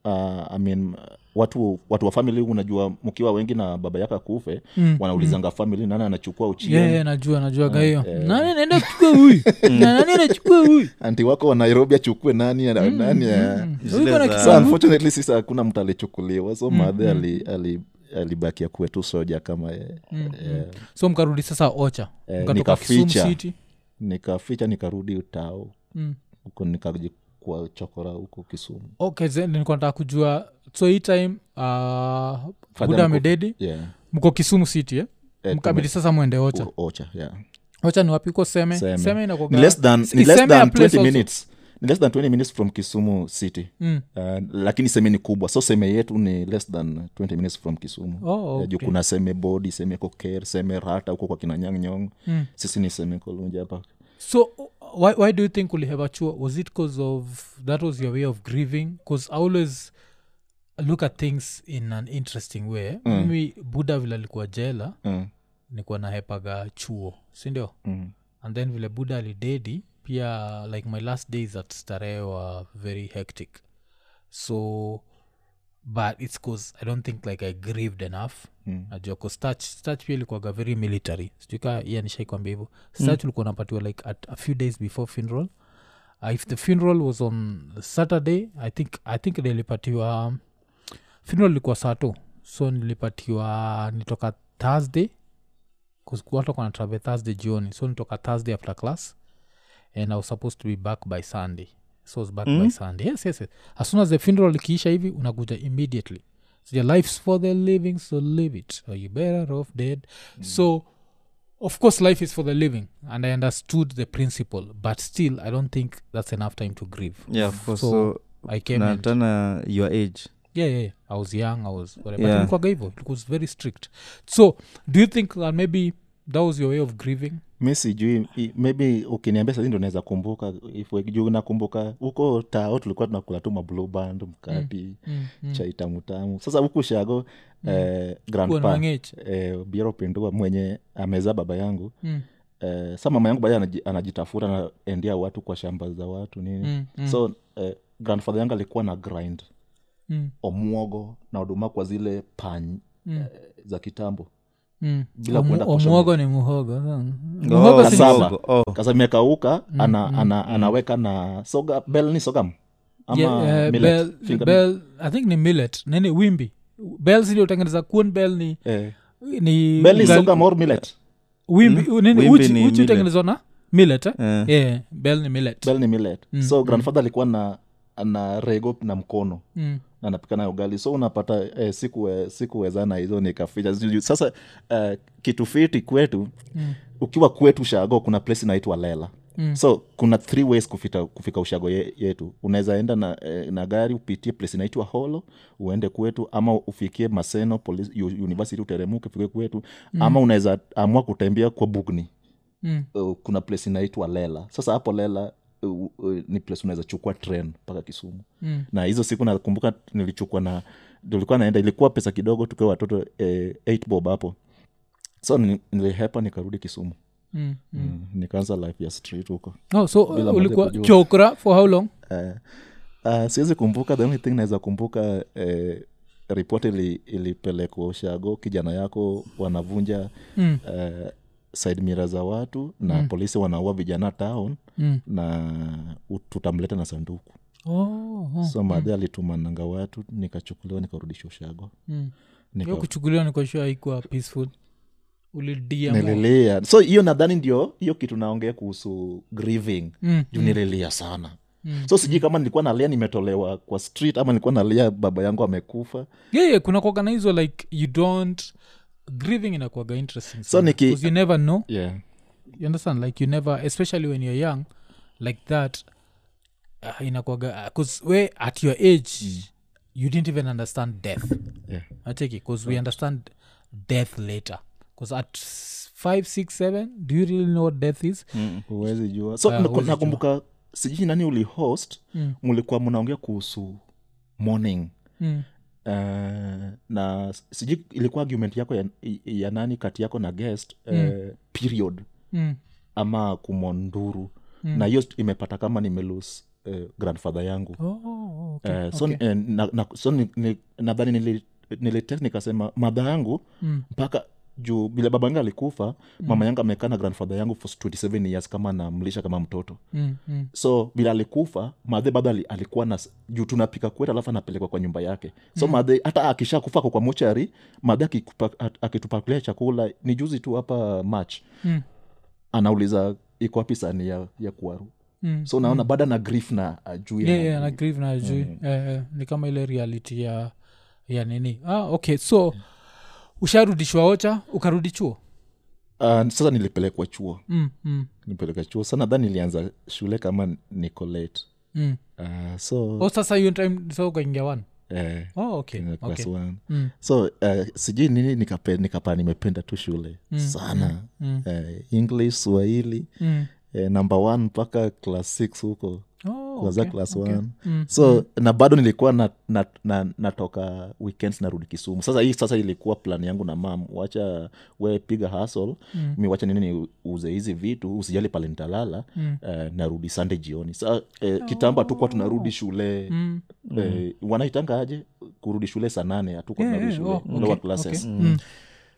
[SPEAKER 3] uh, I mean, watu watu wa famili unajua mkiwa wengi na baba yako akufe
[SPEAKER 1] Mm,
[SPEAKER 3] wanaulizanga famili nani anachukua uchia
[SPEAKER 1] Yeah, yeah, najua najua gahiyo nani naenda kuchukua huyu na nani anachukua huyu
[SPEAKER 3] anti wako wa nairobi achukue nani ya-
[SPEAKER 1] Mm,
[SPEAKER 3] nani eh? ya-
[SPEAKER 1] Huyu
[SPEAKER 2] Zile
[SPEAKER 1] kuna
[SPEAKER 2] za-
[SPEAKER 3] so
[SPEAKER 1] kisambu.
[SPEAKER 3] unfortunately sisi hakuna mtu alichukuliwa
[SPEAKER 1] Mhm,
[SPEAKER 3] so madhe ali, ali, alibakia kuwe tu soja kama ye.
[SPEAKER 1] Mhm,
[SPEAKER 3] Eh,
[SPEAKER 1] so mkarudi sasa ocha
[SPEAKER 3] Eh,
[SPEAKER 1] mkatoka Kisumu
[SPEAKER 3] nikaficha.
[SPEAKER 1] City.
[SPEAKER 3] nikaficha nikarudi utao
[SPEAKER 1] Mm.
[SPEAKER 3] huko nikajikua chokora huko kisumu
[SPEAKER 1] okay then nilikuwa nataka kujua so hii time uh, buda
[SPEAKER 3] mko-
[SPEAKER 1] amededi
[SPEAKER 3] yeah.
[SPEAKER 1] mko kisumu city eh?
[SPEAKER 3] Eh,
[SPEAKER 1] mkabidi sasa mwende ocha
[SPEAKER 3] tume- ocha yeah.
[SPEAKER 1] ocha ni wapi ko seme
[SPEAKER 3] Seme.
[SPEAKER 1] Eh, seme inakuwaga-
[SPEAKER 3] ni less than,
[SPEAKER 1] Si-
[SPEAKER 3] ni less
[SPEAKER 1] Seme ya
[SPEAKER 3] than
[SPEAKER 1] place
[SPEAKER 3] 20
[SPEAKER 1] also.
[SPEAKER 3] minutes ni less than 20 minutes from kisumu city
[SPEAKER 1] Mm.
[SPEAKER 3] Uh, lakini seme ni kubwa so seme yetu ni less than 20 minutes from kisumu
[SPEAKER 1] Oh,
[SPEAKER 3] Eh, juu
[SPEAKER 1] okay.
[SPEAKER 3] kuna seme bodi seme koker seme rata huko kwa kina nyang'nyong
[SPEAKER 1] Mm.
[SPEAKER 3] sisi ni seme kolunja hapa
[SPEAKER 1] so why, why do you think uliheva chuo was it cause of that was your way of grieving bcause i always look at things in an interesting way mm. mimi buda vile alikuwa jela
[SPEAKER 3] Mm,
[SPEAKER 1] nikuwa nahepaga chuo sindio
[SPEAKER 3] mm,
[SPEAKER 1] and then vile buda alidedi pia like my last days at starehe wa very hectic so but it's cause i don't think like i grieved enough mm. najua kostach pia ilikuwaga very military sijuka iy nishaikwambia hivo stach mm. ulikuwa unapatiwa like at a few days before funeral uh, if the funeral was on saturday i think i think nilipatiwa funeral ilikuwa saa tu so nilipatiwa nitoka thursday kuwata kwana travel thursday jioni so nitoka thursday after class and i was Eh, supposed to be back by sunday so I was back
[SPEAKER 2] Hmm?
[SPEAKER 1] mm. by sunday yes, yes, yes as soon as the funeral ikiisha hivi unakuja immediately so your life's for the living so live it or you better off dead
[SPEAKER 2] Hmm.
[SPEAKER 1] mm. so of course life is for the living and i understood the principle but still i don't think that's enough time to grieve
[SPEAKER 2] yeah of course
[SPEAKER 1] So,
[SPEAKER 2] so,
[SPEAKER 1] i came and
[SPEAKER 2] natana your age
[SPEAKER 1] yeah, yeah, yeah. i was young i was whatever
[SPEAKER 2] Yeah.
[SPEAKER 1] yeah. hivo it was very strict so do you think that maybe that was your way of grieving
[SPEAKER 3] mi sijui i- maybe ukiniambia sahii ndo naweza kumbuka if we- juu nakumbuka huko tao tulikuwa tunakula tu mablue band mkati
[SPEAKER 2] Hmm.
[SPEAKER 3] mm, mm, chai tamutamu sasa huku shago mm. eh,
[SPEAKER 1] Kuwa na
[SPEAKER 3] grandpa
[SPEAKER 1] wangechi.
[SPEAKER 3] eh, biero pindua mwenye amezaa baba yangu
[SPEAKER 1] Hmm,
[SPEAKER 3] mm. eh, sa mama yangu baadaye anaji- anajitafuta anaendea watu kwa shamba za watu nini
[SPEAKER 1] hmm,
[SPEAKER 3] mm, mm. so eh, grandfather yangu alikuwa na grind
[SPEAKER 1] Mm.
[SPEAKER 3] omwogo na huduma kwa zile pan mm.
[SPEAKER 1] hmm.
[SPEAKER 3] eh, za kitambo
[SPEAKER 1] mm.
[SPEAKER 3] Bila
[SPEAKER 1] Omu-
[SPEAKER 3] kuenda kwa
[SPEAKER 1] omuogo ni muhogo Mm.
[SPEAKER 2] Oh,
[SPEAKER 1] muhogo si
[SPEAKER 3] kasaba.
[SPEAKER 2] muhogo. Oh.
[SPEAKER 3] kasa imekauka
[SPEAKER 1] Mm,
[SPEAKER 3] ana, ana, anaweka na soga bel ni sogam ama
[SPEAKER 1] Yeah, eh,
[SPEAKER 3] millet,
[SPEAKER 1] bell-
[SPEAKER 3] finger
[SPEAKER 1] bell- i think ni millet nini wimbi bell zile utengeneza kuon bell ni
[SPEAKER 3] mill- eh,
[SPEAKER 1] ni
[SPEAKER 3] bell is
[SPEAKER 1] ngali-
[SPEAKER 3] sorghum or millet
[SPEAKER 1] wimbi
[SPEAKER 3] Hmm?
[SPEAKER 1] nini
[SPEAKER 2] Wimbi
[SPEAKER 1] uchi
[SPEAKER 2] ni
[SPEAKER 1] uchi
[SPEAKER 2] millet.
[SPEAKER 1] utengenezwa na millet eh?
[SPEAKER 2] Eh.
[SPEAKER 1] yeah, bell ni millet
[SPEAKER 3] bel ni millet
[SPEAKER 1] Mm,
[SPEAKER 3] so grandfather alikuwa na ana rego na mkono
[SPEAKER 1] Mm.
[SPEAKER 3] na anapika nayo ugali so unapata eh, sikuwe, sikuwezana hizo nikaficha Sijui- sasa eh, kitu fiti kwetu mm. ukiwa kwetu ushago kuna place inaitwa lela Mm. so kuna three ways kufika, kufika ushago ye, yetu unaweza enda na, eh, na gari upitie place inaitwa holo uende kwetu ama ufikie maseno police, u- university uteremuke ufike kwetu mm. ama unaweza amua kutembea kwa bugni
[SPEAKER 1] Mm.
[SPEAKER 3] uh, kuna place inaitwa lela sasa hapo lela uh, uh, ni place unaweza chukua train mpaka kisumu mm. na hizo siku nakumbuka nilichukua na tulikuwa naenda ilikuwa pesa kidogo tukiwa watoto eh, eight bob hapo so ni- nilihepa nikarudi kisumu
[SPEAKER 1] Mm.
[SPEAKER 3] mm. nikaanza life ya street huko
[SPEAKER 1] Oh, so
[SPEAKER 3] Bila
[SPEAKER 1] uh, ulikuwa
[SPEAKER 3] moja kujua.
[SPEAKER 1] chokra for how long
[SPEAKER 3] Eh, ah, siwezi kumbuka the only thing naweza kumbuka eh, ripoti ili, ilipelekwa ushago kijana yako wanavunja mm. eh, side mira za watu na mm. polisi wanaua vijana town
[SPEAKER 1] Mm.
[SPEAKER 3] na u- tutamleta na sanduku
[SPEAKER 1] oh, oh.
[SPEAKER 3] so madhe alitumananga watu nikachukuliwa nikarudisha ushago
[SPEAKER 1] Mm.
[SPEAKER 3] Nika-
[SPEAKER 1] Hiyo kuchukuliwa nikoshua haikuwa peaceful ulidia
[SPEAKER 3] nililia so hiyo nadhani ndio hiyo kitu naongea kuhusu grieving
[SPEAKER 1] Mm,
[SPEAKER 3] juu nililia sana so sijui kama nilikuwa nalia nimetolewa kwa street ama nilikuwa nalia baba yangu amekufa
[SPEAKER 1] yeye kuna kuwaga na hizo like you don't grieving inakuaga interesting
[SPEAKER 3] So
[SPEAKER 1] sana.
[SPEAKER 3] niki-
[SPEAKER 1] 'Cause you never know
[SPEAKER 3] yeah.
[SPEAKER 1] you understand like you never especially when you're young like that uh, inakuaga because we at your age you didn't even understand death
[SPEAKER 3] Yeah.
[SPEAKER 1] ateki because we understand death later because at s- five six seven do you really know what death is
[SPEAKER 3] huwezi jua so
[SPEAKER 1] Ah,
[SPEAKER 3] niko-
[SPEAKER 1] huwezi
[SPEAKER 3] nakumbuka sijui nani ulihost mm. mlikuwa mnaongea kuhusu morning
[SPEAKER 1] mm.
[SPEAKER 3] uh, na sijui ilikuwa argument yako ya, ya nani kati yako na guest mm. uh, period
[SPEAKER 1] Mm.
[SPEAKER 3] ama kumonduru mm. na hiyo imepata kama nimelose uh, grandfather yangu
[SPEAKER 1] Oh, Oh, okay.
[SPEAKER 3] Eh, so, eh, na, na, so ni- ni- nadhani nili- nilitext nikasema madha yangu
[SPEAKER 1] Mm.
[SPEAKER 3] mpaka juu bila baba yangu alikufa mama yangu amekaa na grandfather yangu for 27 years kama namlisha kama mtoto
[SPEAKER 1] Mm, mm.
[SPEAKER 3] so vile alikufa madhe bado ali- alikuwa na juu tunapika kwetu alafu anapelekwa kwa nyumba yake so mm. madhe hata akishakufa ako kwa mochari madhe akikupa- at- akitupakulia chakula ni juzi tu hapa march
[SPEAKER 1] Mm.
[SPEAKER 3] anauliza iko wapi sani ya, ya kuaru
[SPEAKER 1] Mm.
[SPEAKER 3] so naona bado na grief na ah, juu ya
[SPEAKER 1] yeah, yeah, na grieve na juu eh, eh, ni kama ile reality ya ya nini ah, okay so usharudishwa ocha ukarudi chuo
[SPEAKER 3] Ah, sasa nilipelekwa chuo
[SPEAKER 1] mm, mm,
[SPEAKER 3] nipeleka chuo sana dha nilianza shule kama niko late
[SPEAKER 1] mm.
[SPEAKER 3] uh, so
[SPEAKER 1] o sasa hiyo time so ukaingia one
[SPEAKER 3] eh,
[SPEAKER 1] oh, okay,
[SPEAKER 3] nilikuwa
[SPEAKER 1] okay.
[SPEAKER 3] class one.
[SPEAKER 1] Mm.
[SPEAKER 3] so uh, sijui nini nikape, nikapa nimependa tu shule sana Eh, english swahili
[SPEAKER 1] Mm.
[SPEAKER 3] eh, number one mpaka class six huko
[SPEAKER 1] Oh,
[SPEAKER 3] kuanza
[SPEAKER 1] okay. Mm,
[SPEAKER 3] class one so na bado nilikuwa na, na, na, natoka weekends narudi kisumu sasa hii sasa ilikuwa plan yangu na mam wacha we piga hasl mm. mi wacha nini niuze hizi vitu usijali pale nitalala mm. eh, narudi
[SPEAKER 1] Oh.
[SPEAKER 3] sunday jioni sa eh, kitamba tukuwa tunarudi shule mm. eh, wanaitanga aje kurudi shule saa nane hatuko
[SPEAKER 1] Yeah,
[SPEAKER 3] tunarudi
[SPEAKER 1] yeah,
[SPEAKER 3] shule
[SPEAKER 1] Mm. oh,
[SPEAKER 3] lower
[SPEAKER 1] okay,
[SPEAKER 3] classes
[SPEAKER 1] okay. Mm.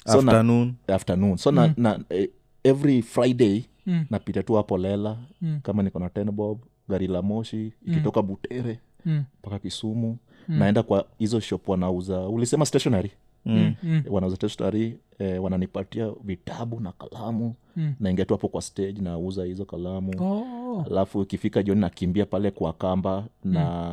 [SPEAKER 3] So na-
[SPEAKER 2] afternoon
[SPEAKER 3] afternoon so na, na eh, every friday
[SPEAKER 1] Mm.
[SPEAKER 3] napita tu hapo lela kama niko na ten bob gari la moshi ikitoka butere
[SPEAKER 1] Mm.
[SPEAKER 3] mpaka kisumu naenda kwa hizo shop wanauza ulisema stationary
[SPEAKER 2] Mm.
[SPEAKER 3] wanauza stationary eh, wananipatia vitabu na kalamu
[SPEAKER 1] Mm.
[SPEAKER 3] naingia tu hapo kwa stage nauza hizo kalamu
[SPEAKER 1] Oh.
[SPEAKER 3] alafu ikifika jioni nakimbia pale kwa kamba
[SPEAKER 1] Mm.
[SPEAKER 3] na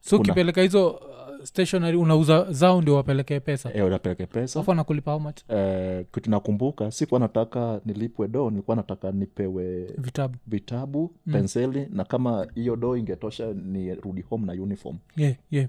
[SPEAKER 1] so
[SPEAKER 3] Kuna-
[SPEAKER 1] ukipeleka hizo uh, stationary unauza zao ndio wapelekee pesa
[SPEAKER 3] eh, unapeleke pesa
[SPEAKER 1] afu anakulipa how much
[SPEAKER 3] eh, kitu nakumbuka sikuwa nataka nilipwe doo nilikuwa nataka nipewe
[SPEAKER 1] vitabu
[SPEAKER 3] vitabu mm. penseli na kama hiyo doo ingetosha nirudi home na uniform
[SPEAKER 1] yeah, yeah.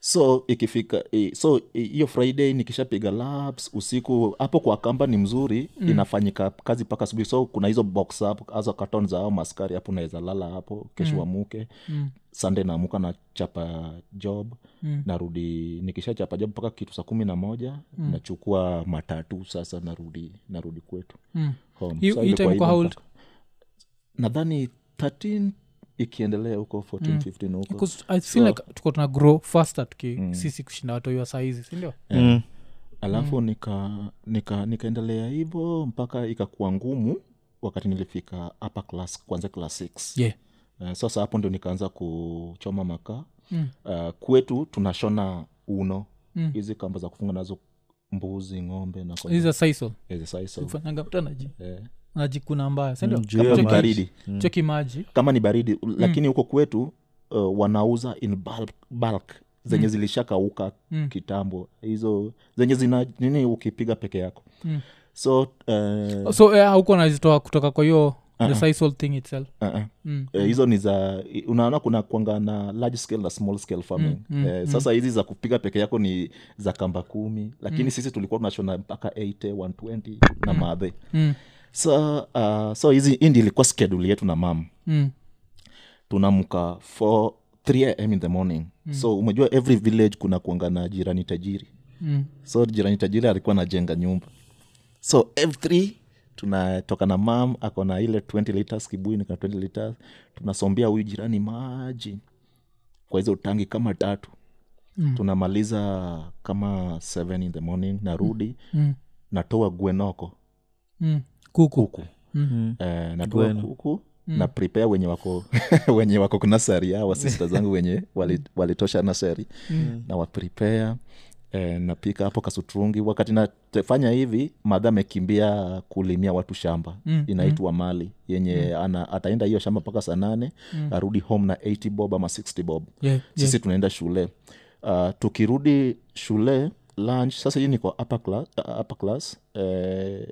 [SPEAKER 3] so ikifika i- so i- hiyo friday nikishapiga labs usiku hapo kwa kamba ni mzuri mm. inafanyika kazi mpaka asubuhi so kuna hizo box hapo hazo katon za ao maskari hapo naweza lala hapo kesho mm. amuke mm. sunday naamuka na chapa job mm. narudi nikishachapa job mpaka kitu saa kumi na moja mm. nachukua matatu sasa narudi narudi kwetu
[SPEAKER 1] Mm.
[SPEAKER 3] home.
[SPEAKER 1] Hiyo-
[SPEAKER 3] So
[SPEAKER 1] hiyo
[SPEAKER 3] ilikuwa
[SPEAKER 1] time uko
[SPEAKER 3] hivyo
[SPEAKER 1] how old?
[SPEAKER 3] mpaka- nadhani 13 ikiendelea huko 14
[SPEAKER 1] Mm.
[SPEAKER 3] 15 huko
[SPEAKER 1] 'Cause i feel like tuko tuna grow faster tuki
[SPEAKER 3] Mm.
[SPEAKER 1] sisi kushinda watoiwa sahizi sindio
[SPEAKER 2] Mm.
[SPEAKER 3] alafu
[SPEAKER 1] Mm.
[SPEAKER 3] nika nika nikaendelea hivyo mpaka ikakuwa ngumu wakati nilifika upper class kwanza class 6
[SPEAKER 1] yeah.
[SPEAKER 3] Eh, sasa hapo ndio nikaanza kuchoma makaa mm. uh, kwetu tunashona uno hizi mm. kamba za kufunga nazo mbuzi ng'ombe na
[SPEAKER 1] hizi za saisol
[SPEAKER 3] nakaridi
[SPEAKER 1] fanyanga mtu anaji
[SPEAKER 3] eh,
[SPEAKER 1] anajikuna mbaya sindio
[SPEAKER 3] Mm,
[SPEAKER 2] juu ya
[SPEAKER 1] Cheki-
[SPEAKER 2] maji.
[SPEAKER 1] cheki maji
[SPEAKER 3] kama ni baridi
[SPEAKER 1] Mm.
[SPEAKER 3] u- lakini huko kwetu uh, wanauza in bulk, bulk
[SPEAKER 1] Mm.
[SPEAKER 3] zenye zilishakauka kitambo hizo zenye zina nini ukipiga peke yako
[SPEAKER 1] Mm.
[SPEAKER 3] so uh,
[SPEAKER 1] so eh, haukuwa nazitoa kutoka kwa hiyo the saisol thing itself Mm,
[SPEAKER 3] uh-uh. Eh, hizo ni za i- unaona kuna kwanga na large scale na small scale farming
[SPEAKER 1] Mm,
[SPEAKER 3] eh, sasa hizi za kupiga peke yako ni za kamba kumi lakini sisi tulikuwa tunashona mpaka 80 120 na madhe
[SPEAKER 1] Mm. Mm.
[SPEAKER 3] so uh, so hizi hii ndio ilikuwa schedule yetu na mam
[SPEAKER 1] mm.
[SPEAKER 3] tunamka 4 3am in the morning so umejua every village kuna kuanga na jirani tajiri
[SPEAKER 1] Mm.
[SPEAKER 3] so jirani tajiri alikuwa anajenga nyumba so f3 tunatoka na mam ako na ile 20 liters kibuyu niko na 20 liters tunasombea huyu jirani maji kwa hizo tangi kama tatu mm. tunamaliza kama 7 in the morning narudi
[SPEAKER 1] Mm.
[SPEAKER 3] natoa gwenoko
[SPEAKER 1] Mm. kuku
[SPEAKER 3] kuku mm. eh, natoa
[SPEAKER 2] Gweno.
[SPEAKER 3] kuku na prepare wenye wako *laughs* wenye wako kunasari hawa sista zangu wenye wali- walitosha nasari na waprepare eh, napika hapo kasutrungi wakati nafanya hivi madha amekimbia kulimia watu shamba mm, inaitwa mm. mali yenye mm. ana, ataenda hiyo shamba mpaka saa nane mm. arudi home na 80 bob ama 60 bob
[SPEAKER 1] yeah, yeah.
[SPEAKER 3] sisi tunaenda shule uh, tukirudi shule lunch sasa hii niko upper class, uh, upper class eh,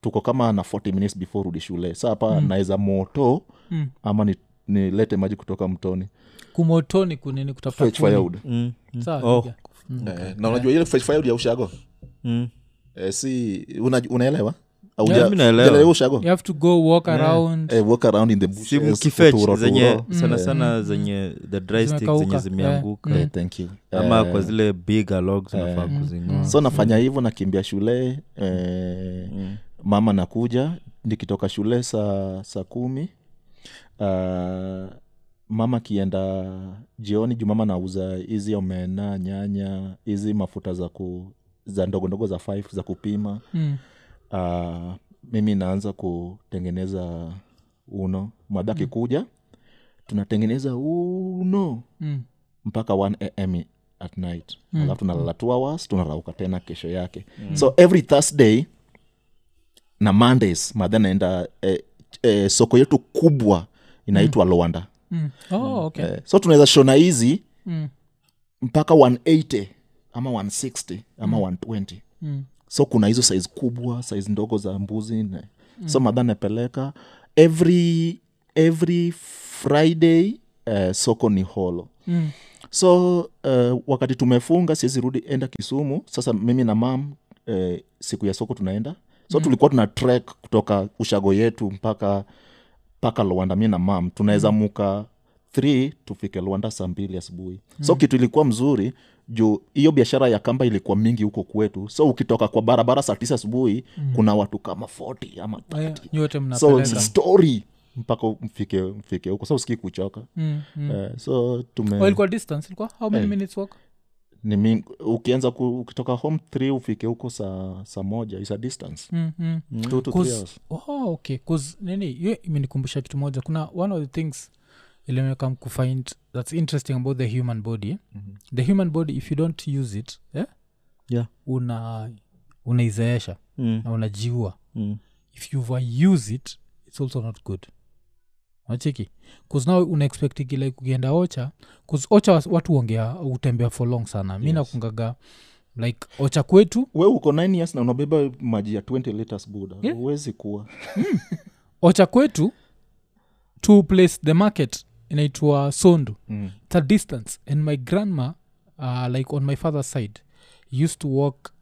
[SPEAKER 3] tuko kama na 40 minutes before rudi shule sa hapa mm. naweza moto
[SPEAKER 1] Mm.
[SPEAKER 3] ama ni- nilete maji kutoka mtoni
[SPEAKER 1] kumotoni kunini kutafuta kuni.
[SPEAKER 2] Mm. Mm.
[SPEAKER 1] Sawa,
[SPEAKER 2] Oh.
[SPEAKER 1] piga.
[SPEAKER 3] Eh, na unajua ile fresh fired ya ushago
[SPEAKER 2] Mm.
[SPEAKER 3] eh, si una, unaelewa Au
[SPEAKER 2] Yeah,
[SPEAKER 3] huja-
[SPEAKER 2] mi naelewa.
[SPEAKER 3] hujaelewa ushago
[SPEAKER 1] you have to go walk around
[SPEAKER 3] eh, walk around in the bushes,
[SPEAKER 2] si mkifech
[SPEAKER 3] kuturo,
[SPEAKER 2] zenye
[SPEAKER 3] turo.
[SPEAKER 2] sana
[SPEAKER 1] Hmm.
[SPEAKER 2] sana zenye the dry sticks
[SPEAKER 1] Zimekauka.
[SPEAKER 2] zenye
[SPEAKER 1] Yeah.
[SPEAKER 2] zimeanguka
[SPEAKER 1] Hmm.
[SPEAKER 3] Eh, thank you
[SPEAKER 2] ama
[SPEAKER 3] Eh,
[SPEAKER 2] kwa zile big logs unafaa
[SPEAKER 1] Eh.
[SPEAKER 2] kuzingoa
[SPEAKER 3] Hmm. so nafanya hivyo nakimbia shule eh,
[SPEAKER 2] Hmm.
[SPEAKER 3] mama nakuja nikitoka shule saa saa kumi uh, mama akienda jioni juu mama nauza hizi omena nyanya hizi mafuta za ku za ndogo ndogo za five za kupima
[SPEAKER 1] Mm.
[SPEAKER 3] uh, mimi naanza kutengeneza uno madha akikuja tunatengeneza uno
[SPEAKER 1] Mm.
[SPEAKER 3] mpaka 1am at night mm. alafu tunalala two hours tunarauka tena kesho yake mm. so every thursday na mondays madha naenda eh, eh, soko yetu kubwa inaitwa mm. lwanda
[SPEAKER 1] Mm. Oh, okay.
[SPEAKER 3] eh, so tunaweza shona hizi
[SPEAKER 1] Mm.
[SPEAKER 3] mpaka 180 ama 160 ama 120
[SPEAKER 1] Mm.
[SPEAKER 3] so kuna hizo size kubwa size ndogo za mbuzi na, mm. so madha napeleka every every friday eh, soko ni holo
[SPEAKER 1] Mm.
[SPEAKER 3] so uh, wakati tumefunga siwezi rudi enda kisumu sasa mimi na mam eh, siku ya soko tunaenda so mm. tulikuwa tuna trek kutoka ushago yetu mpaka mpaka lwanda mi na mam tunaweza muka th tufike lwanda saa mbili asubuhi so kitu ilikuwa mzuri juu hiyo biashara ya kamba ilikuwa mingi huko kwetu so ukitoka kwa barabara saa tisa asubuhi kuna watu kama 40 ama 30
[SPEAKER 1] Eh, nyote
[SPEAKER 3] so
[SPEAKER 1] mnapeleka
[SPEAKER 3] story mpaka mfike mfike huko so usikii kuchoka
[SPEAKER 1] Mm, Oh, mm.
[SPEAKER 3] Eh, so tume
[SPEAKER 1] Oh, ilikuwa distance ilikuwa how many minutes walk
[SPEAKER 3] ni mingi, ukianza ku, ukitoka home th ufike huko saa sa moja is a distance
[SPEAKER 1] mm, mm.
[SPEAKER 3] mm. two to three
[SPEAKER 1] Cause-
[SPEAKER 3] hours
[SPEAKER 1] oh, okay 'Cause nini hiyo imenikumbusha kitu moja kuna one of the things ilimekam kufind thats interesting about the human body mm-hmm. the human body if you don't use it eh,
[SPEAKER 2] Yeah.
[SPEAKER 1] una unaizeesha
[SPEAKER 2] Mm,
[SPEAKER 1] na unajiua
[SPEAKER 2] mm,
[SPEAKER 1] if you overuse it it's also not good nachiki bcause now unaexpectigi like ukienda ocha bcause ocha was- watu huongea utembea for long sana mi nakungaga like ocha kwetu
[SPEAKER 3] we uko 9 years na unabeba maji ya 20 liters buda
[SPEAKER 1] Yeah.
[SPEAKER 3] huwezi kuwa
[SPEAKER 1] ocha kwetu to place the market inaitwa sondu
[SPEAKER 3] mm.
[SPEAKER 1] it's a distance and my grandma uh, like on my father's side used to walk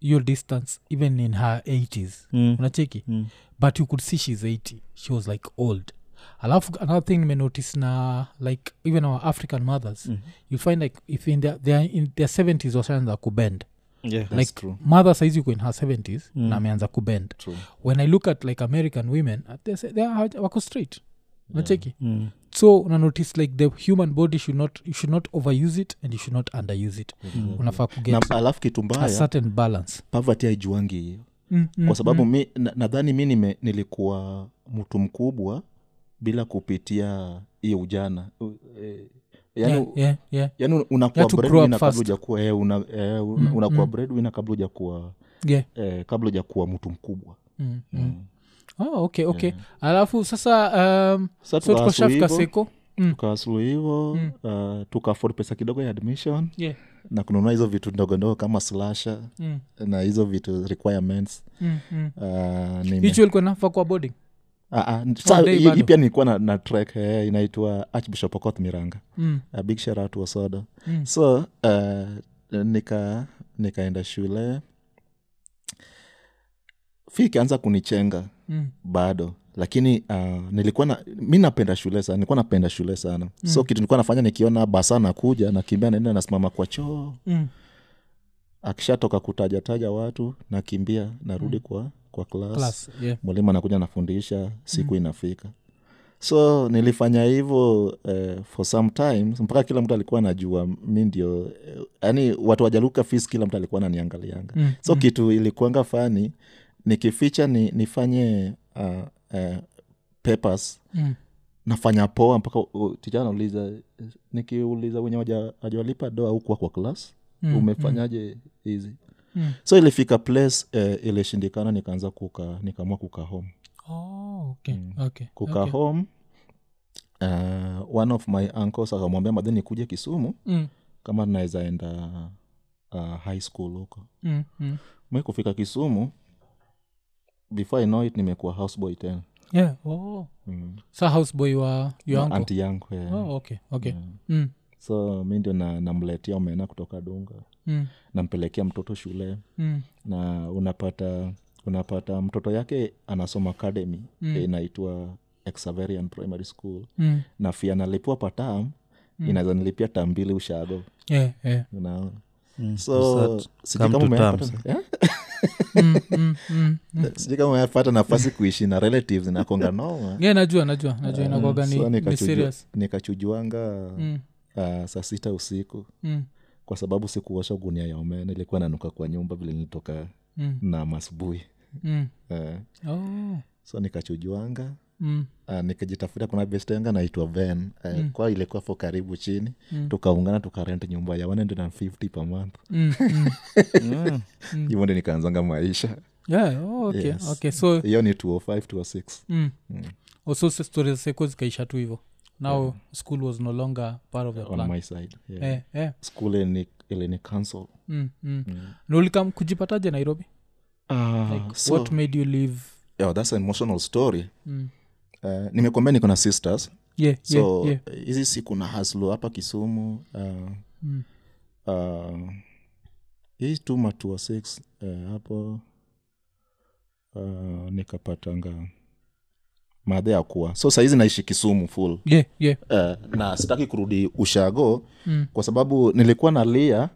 [SPEAKER 1] your distance even in her 80s
[SPEAKER 2] mm,
[SPEAKER 1] unacheki
[SPEAKER 2] mm.
[SPEAKER 1] but you could see she's 80 she was like old alafu another thing menotice na like even our african mothers mm. you find like if in their, they are in their 70s washaanza kubend
[SPEAKER 2] Yeah.
[SPEAKER 1] like
[SPEAKER 3] true.
[SPEAKER 1] mother saizi uko in her 70s mm.
[SPEAKER 2] Mm.
[SPEAKER 1] na ameanza kubend
[SPEAKER 3] True.
[SPEAKER 1] when i look at like american women uh, they say, they are, hawaja- wako straight nacheki
[SPEAKER 2] Mm,
[SPEAKER 1] so unanotice like the human body should not you should not overuse it and you should not underuse it mm. unafaa
[SPEAKER 3] Mm-hmm. na
[SPEAKER 1] kuget
[SPEAKER 3] alafu kitu
[SPEAKER 1] a
[SPEAKER 3] mbaya
[SPEAKER 1] certain balance
[SPEAKER 3] pavati aijuangi hiyo
[SPEAKER 1] mm, mm,
[SPEAKER 3] kwa sababu
[SPEAKER 1] mm.
[SPEAKER 3] mi, na- nadhani mi nime, nilikuwa mtu mkubwa bila kupitia hiyo ujana U- eh, yani,
[SPEAKER 1] yeah, yeah, yeah.
[SPEAKER 3] yani
[SPEAKER 1] You
[SPEAKER 3] unakuwa
[SPEAKER 1] have to grow up
[SPEAKER 3] breadwinner kabla
[SPEAKER 1] fast.
[SPEAKER 3] ujakuwa eh, una, eh, una,
[SPEAKER 1] Mm,
[SPEAKER 3] unakuwa
[SPEAKER 1] mm.
[SPEAKER 3] breadwinner kabla ujakuwa
[SPEAKER 1] yeah.
[SPEAKER 3] eh, kabla ujakuwa mtu mkubwa
[SPEAKER 1] Mm, mm. Oh, okay okay alafu sasa um,
[SPEAKER 3] Sasa
[SPEAKER 1] so
[SPEAKER 3] tukaasulu
[SPEAKER 1] tukoshafika
[SPEAKER 3] hivo,
[SPEAKER 1] seko
[SPEAKER 3] tukaasulu hivo
[SPEAKER 1] Mm.
[SPEAKER 3] uh, tukaaford pesa kidogo ya admission
[SPEAKER 1] yeah.
[SPEAKER 3] na kununua hizo vitu ndogo ndogo kama slasha
[SPEAKER 1] mm,
[SPEAKER 3] na hizo vitu requirements
[SPEAKER 1] mm, mm.
[SPEAKER 3] uh, nime-
[SPEAKER 1] hicho ilikuwa nafa kwa boarding
[SPEAKER 3] Ah, ah, sa-
[SPEAKER 1] day
[SPEAKER 3] hii-
[SPEAKER 1] bado.
[SPEAKER 3] hii pia nilikuwa na, na track eh, inaitwa archbishop okoth miranga
[SPEAKER 1] mm.
[SPEAKER 3] a big shout out to Osodo.
[SPEAKER 1] Mm.
[SPEAKER 3] so uh, nika nikaenda shule fi ikaanza kunichenga
[SPEAKER 1] Mm.
[SPEAKER 3] bado lakini uh, nilikuwa na mi napenda shule sana nilikuwa napenda shule sana mm. so kitu nilikuwa nafanya nikiona basa nakuja nakimbia naenda nasimama kwa choo
[SPEAKER 1] Mm.
[SPEAKER 3] akishatoka kutajataja watu nakimbia narudi kwa kwa Mm. class
[SPEAKER 1] Class, yeah.
[SPEAKER 3] mwalimu anakuja anafundisha siku mm. inafika so nilifanya hivyo uh, for some time mpaka kila mtu alikuwa anajua mi ndio eh, yani watu wajaluka fis kila mtu alikuwa ananiangalianga
[SPEAKER 1] Mm,
[SPEAKER 3] so kitu ilikuanga fani nikificha ni, nifanye uh, uh, papers
[SPEAKER 1] Mm.
[SPEAKER 3] nafanya poa mpaka uh, ticha anauliza nikiuliza wenye waja- hawajawalipa doa hukuwa kwa klas
[SPEAKER 1] Mm,
[SPEAKER 3] umefanyaje hizi
[SPEAKER 1] Mm.
[SPEAKER 3] so ilifika place uh, ilishindikana nikaanza kuka nikaamua kukaa home
[SPEAKER 1] Oh, okay, okay,
[SPEAKER 3] Mm. kukaa
[SPEAKER 1] okay.
[SPEAKER 3] home uh, one of my uncles akamwambia madhe nikuje kisumu
[SPEAKER 1] Mm,
[SPEAKER 3] kama naweza enda uh, high school huko
[SPEAKER 1] mm, mm.
[SPEAKER 3] mi kufika kisumu before I know it nimekuwa houseboy tena
[SPEAKER 1] Yeah, oh.
[SPEAKER 3] mm.
[SPEAKER 1] sa houseboy wa your uncle?
[SPEAKER 3] anti yangu yeah.
[SPEAKER 1] Oh, okay, okay. Mm,
[SPEAKER 3] so mi ndio na- namletea omena kutoka dunga
[SPEAKER 1] mm,
[SPEAKER 3] nampelekea mtoto shule
[SPEAKER 1] mm,
[SPEAKER 3] na unapata unapata mtoto yake anasoma academy Eh,
[SPEAKER 1] Mm.
[SPEAKER 3] inaitwa exaverian primary school
[SPEAKER 1] mm.
[SPEAKER 3] na fia nalipua patam mm. inaweza nilipia tam mbili ushago
[SPEAKER 1] Yeah, yeah.
[SPEAKER 3] unaona
[SPEAKER 2] mm.
[SPEAKER 3] so
[SPEAKER 2] Sasa,
[SPEAKER 3] sijui
[SPEAKER 2] come
[SPEAKER 3] kama
[SPEAKER 2] to
[SPEAKER 3] umepata-
[SPEAKER 2] terms,
[SPEAKER 3] eh? *laughs*
[SPEAKER 1] Mm, *laughs* mm, mm, mm.
[SPEAKER 3] sijui kama umepata nafasi kuishi na relatives na konga noma
[SPEAKER 1] yeah najua najua najua inakwaga
[SPEAKER 3] Mm, So,
[SPEAKER 1] ni, ni
[SPEAKER 3] nikachuju-
[SPEAKER 1] serious
[SPEAKER 3] nikachujuanga
[SPEAKER 1] Mm,
[SPEAKER 3] ah, saa sita usiku
[SPEAKER 1] mm,
[SPEAKER 3] kwa sababu sikuosha gunia ya umene ilikuwa nanuka kwa nyumba vile nilitoka
[SPEAKER 1] mm,
[SPEAKER 3] na masubui
[SPEAKER 1] mm.
[SPEAKER 3] eh.
[SPEAKER 1] Oh,
[SPEAKER 3] so nikachujuanga
[SPEAKER 1] mm,
[SPEAKER 3] Uh, nikajitafuta kuna bestenga naitwa ven uh, mm. kwa ilikuwa fo karibu chini
[SPEAKER 1] Mm.
[SPEAKER 3] mm. tukaungana tukarent nyumba ya 150 per month
[SPEAKER 1] mm, mm.
[SPEAKER 2] Mm.
[SPEAKER 3] hivyo ndio nikaanzanga maisha
[SPEAKER 1] Yeah, oh, okay,
[SPEAKER 3] Yes.
[SPEAKER 1] okay. so
[SPEAKER 3] hiyo ni 205 206
[SPEAKER 1] mm.
[SPEAKER 3] Mm.
[SPEAKER 1] also se- stories zeko zikaisha tu hivo now school was no longer part of the
[SPEAKER 3] on
[SPEAKER 1] plan
[SPEAKER 3] my side yeah.
[SPEAKER 1] eh, eh.
[SPEAKER 3] school ilini, ilini cancel
[SPEAKER 1] Mm, mm. nolikam kujipataje nairobi
[SPEAKER 3] uh,
[SPEAKER 1] like,
[SPEAKER 3] so,
[SPEAKER 1] what made you leave
[SPEAKER 3] yeah, that's an emotional story
[SPEAKER 1] Mm.
[SPEAKER 3] uh, nimekwambia niko na sisters
[SPEAKER 1] yeah,
[SPEAKER 3] so
[SPEAKER 1] yeah, yeah.
[SPEAKER 3] hizi siku na haslo hapa kisumu uh,
[SPEAKER 1] Mm.
[SPEAKER 3] uh, hii tuma tua six eh, hapo uh, nikapatanga madhe ya kuwa so sahizi naishi kisumu full
[SPEAKER 1] yeah, yeah.
[SPEAKER 3] eh, na sitaki kurudi ushago
[SPEAKER 1] Mm.
[SPEAKER 3] kwa sababu nilikuwa nalia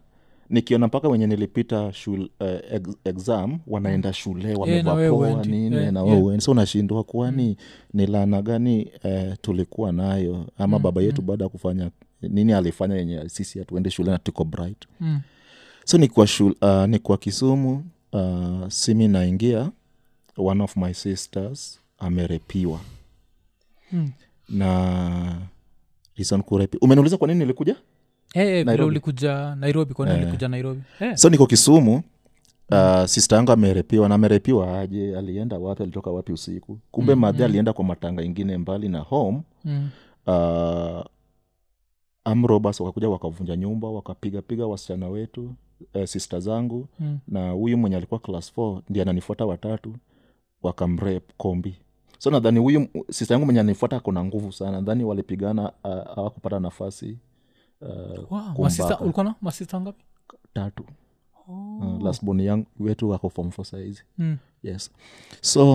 [SPEAKER 3] nikiona mpaka wenye nilipita shul, eh, ex, exam wanaenda shule
[SPEAKER 1] Mm. Eh, na wewe
[SPEAKER 3] wamevapoa
[SPEAKER 1] huendi.
[SPEAKER 3] nini
[SPEAKER 1] Eh,
[SPEAKER 3] na
[SPEAKER 1] yeah. Mm.
[SPEAKER 3] wewe yeah. so unashindwa
[SPEAKER 1] Mm,
[SPEAKER 3] kwani ni laana gani eh, tulikuwa nayo ama baba yetu baada ya kufanya nini alifanya yenye sisi hatuende shule na tuko bright
[SPEAKER 1] mm.
[SPEAKER 3] so nikuwa shul, uh, nikuwa kisumu uh, simi naingia one of my sisters amerepiwa
[SPEAKER 1] Mm.
[SPEAKER 3] na reason kurepi umeniuliza kwa nini nilikuja
[SPEAKER 1] Eh, eh, vile
[SPEAKER 3] Nairobi.
[SPEAKER 1] ulikuja nairobi kwani ulikuja nairobi Eh,
[SPEAKER 3] so niko kisumu uh, sista yangu amerepiwa na amerepiwa aje alienda wapi alitoka wapi usiku kumbe mm, madhe alienda kwa matanga ingine mbali na home
[SPEAKER 1] mm.
[SPEAKER 3] uh, amrobas wakakuja wakavunja nyumba wakapigapiga wasichana wetu eh, sista zangu
[SPEAKER 1] Mm.
[SPEAKER 3] na huyu mwenye alikuwa class 4 ndi ananifuata watatu wakamrep kombi so nadhani huyu sista yangu mwenye anifuata akona nguvu sana nadhani walipigana ah, hawakupata nafasi uh,
[SPEAKER 1] Wow, masista-
[SPEAKER 3] kumbaka
[SPEAKER 1] ulikuwa na masista ngapi
[SPEAKER 3] tatu
[SPEAKER 1] oh.
[SPEAKER 3] uh, lasbon yangu wetu wako form four saizi
[SPEAKER 1] mm.
[SPEAKER 3] yes so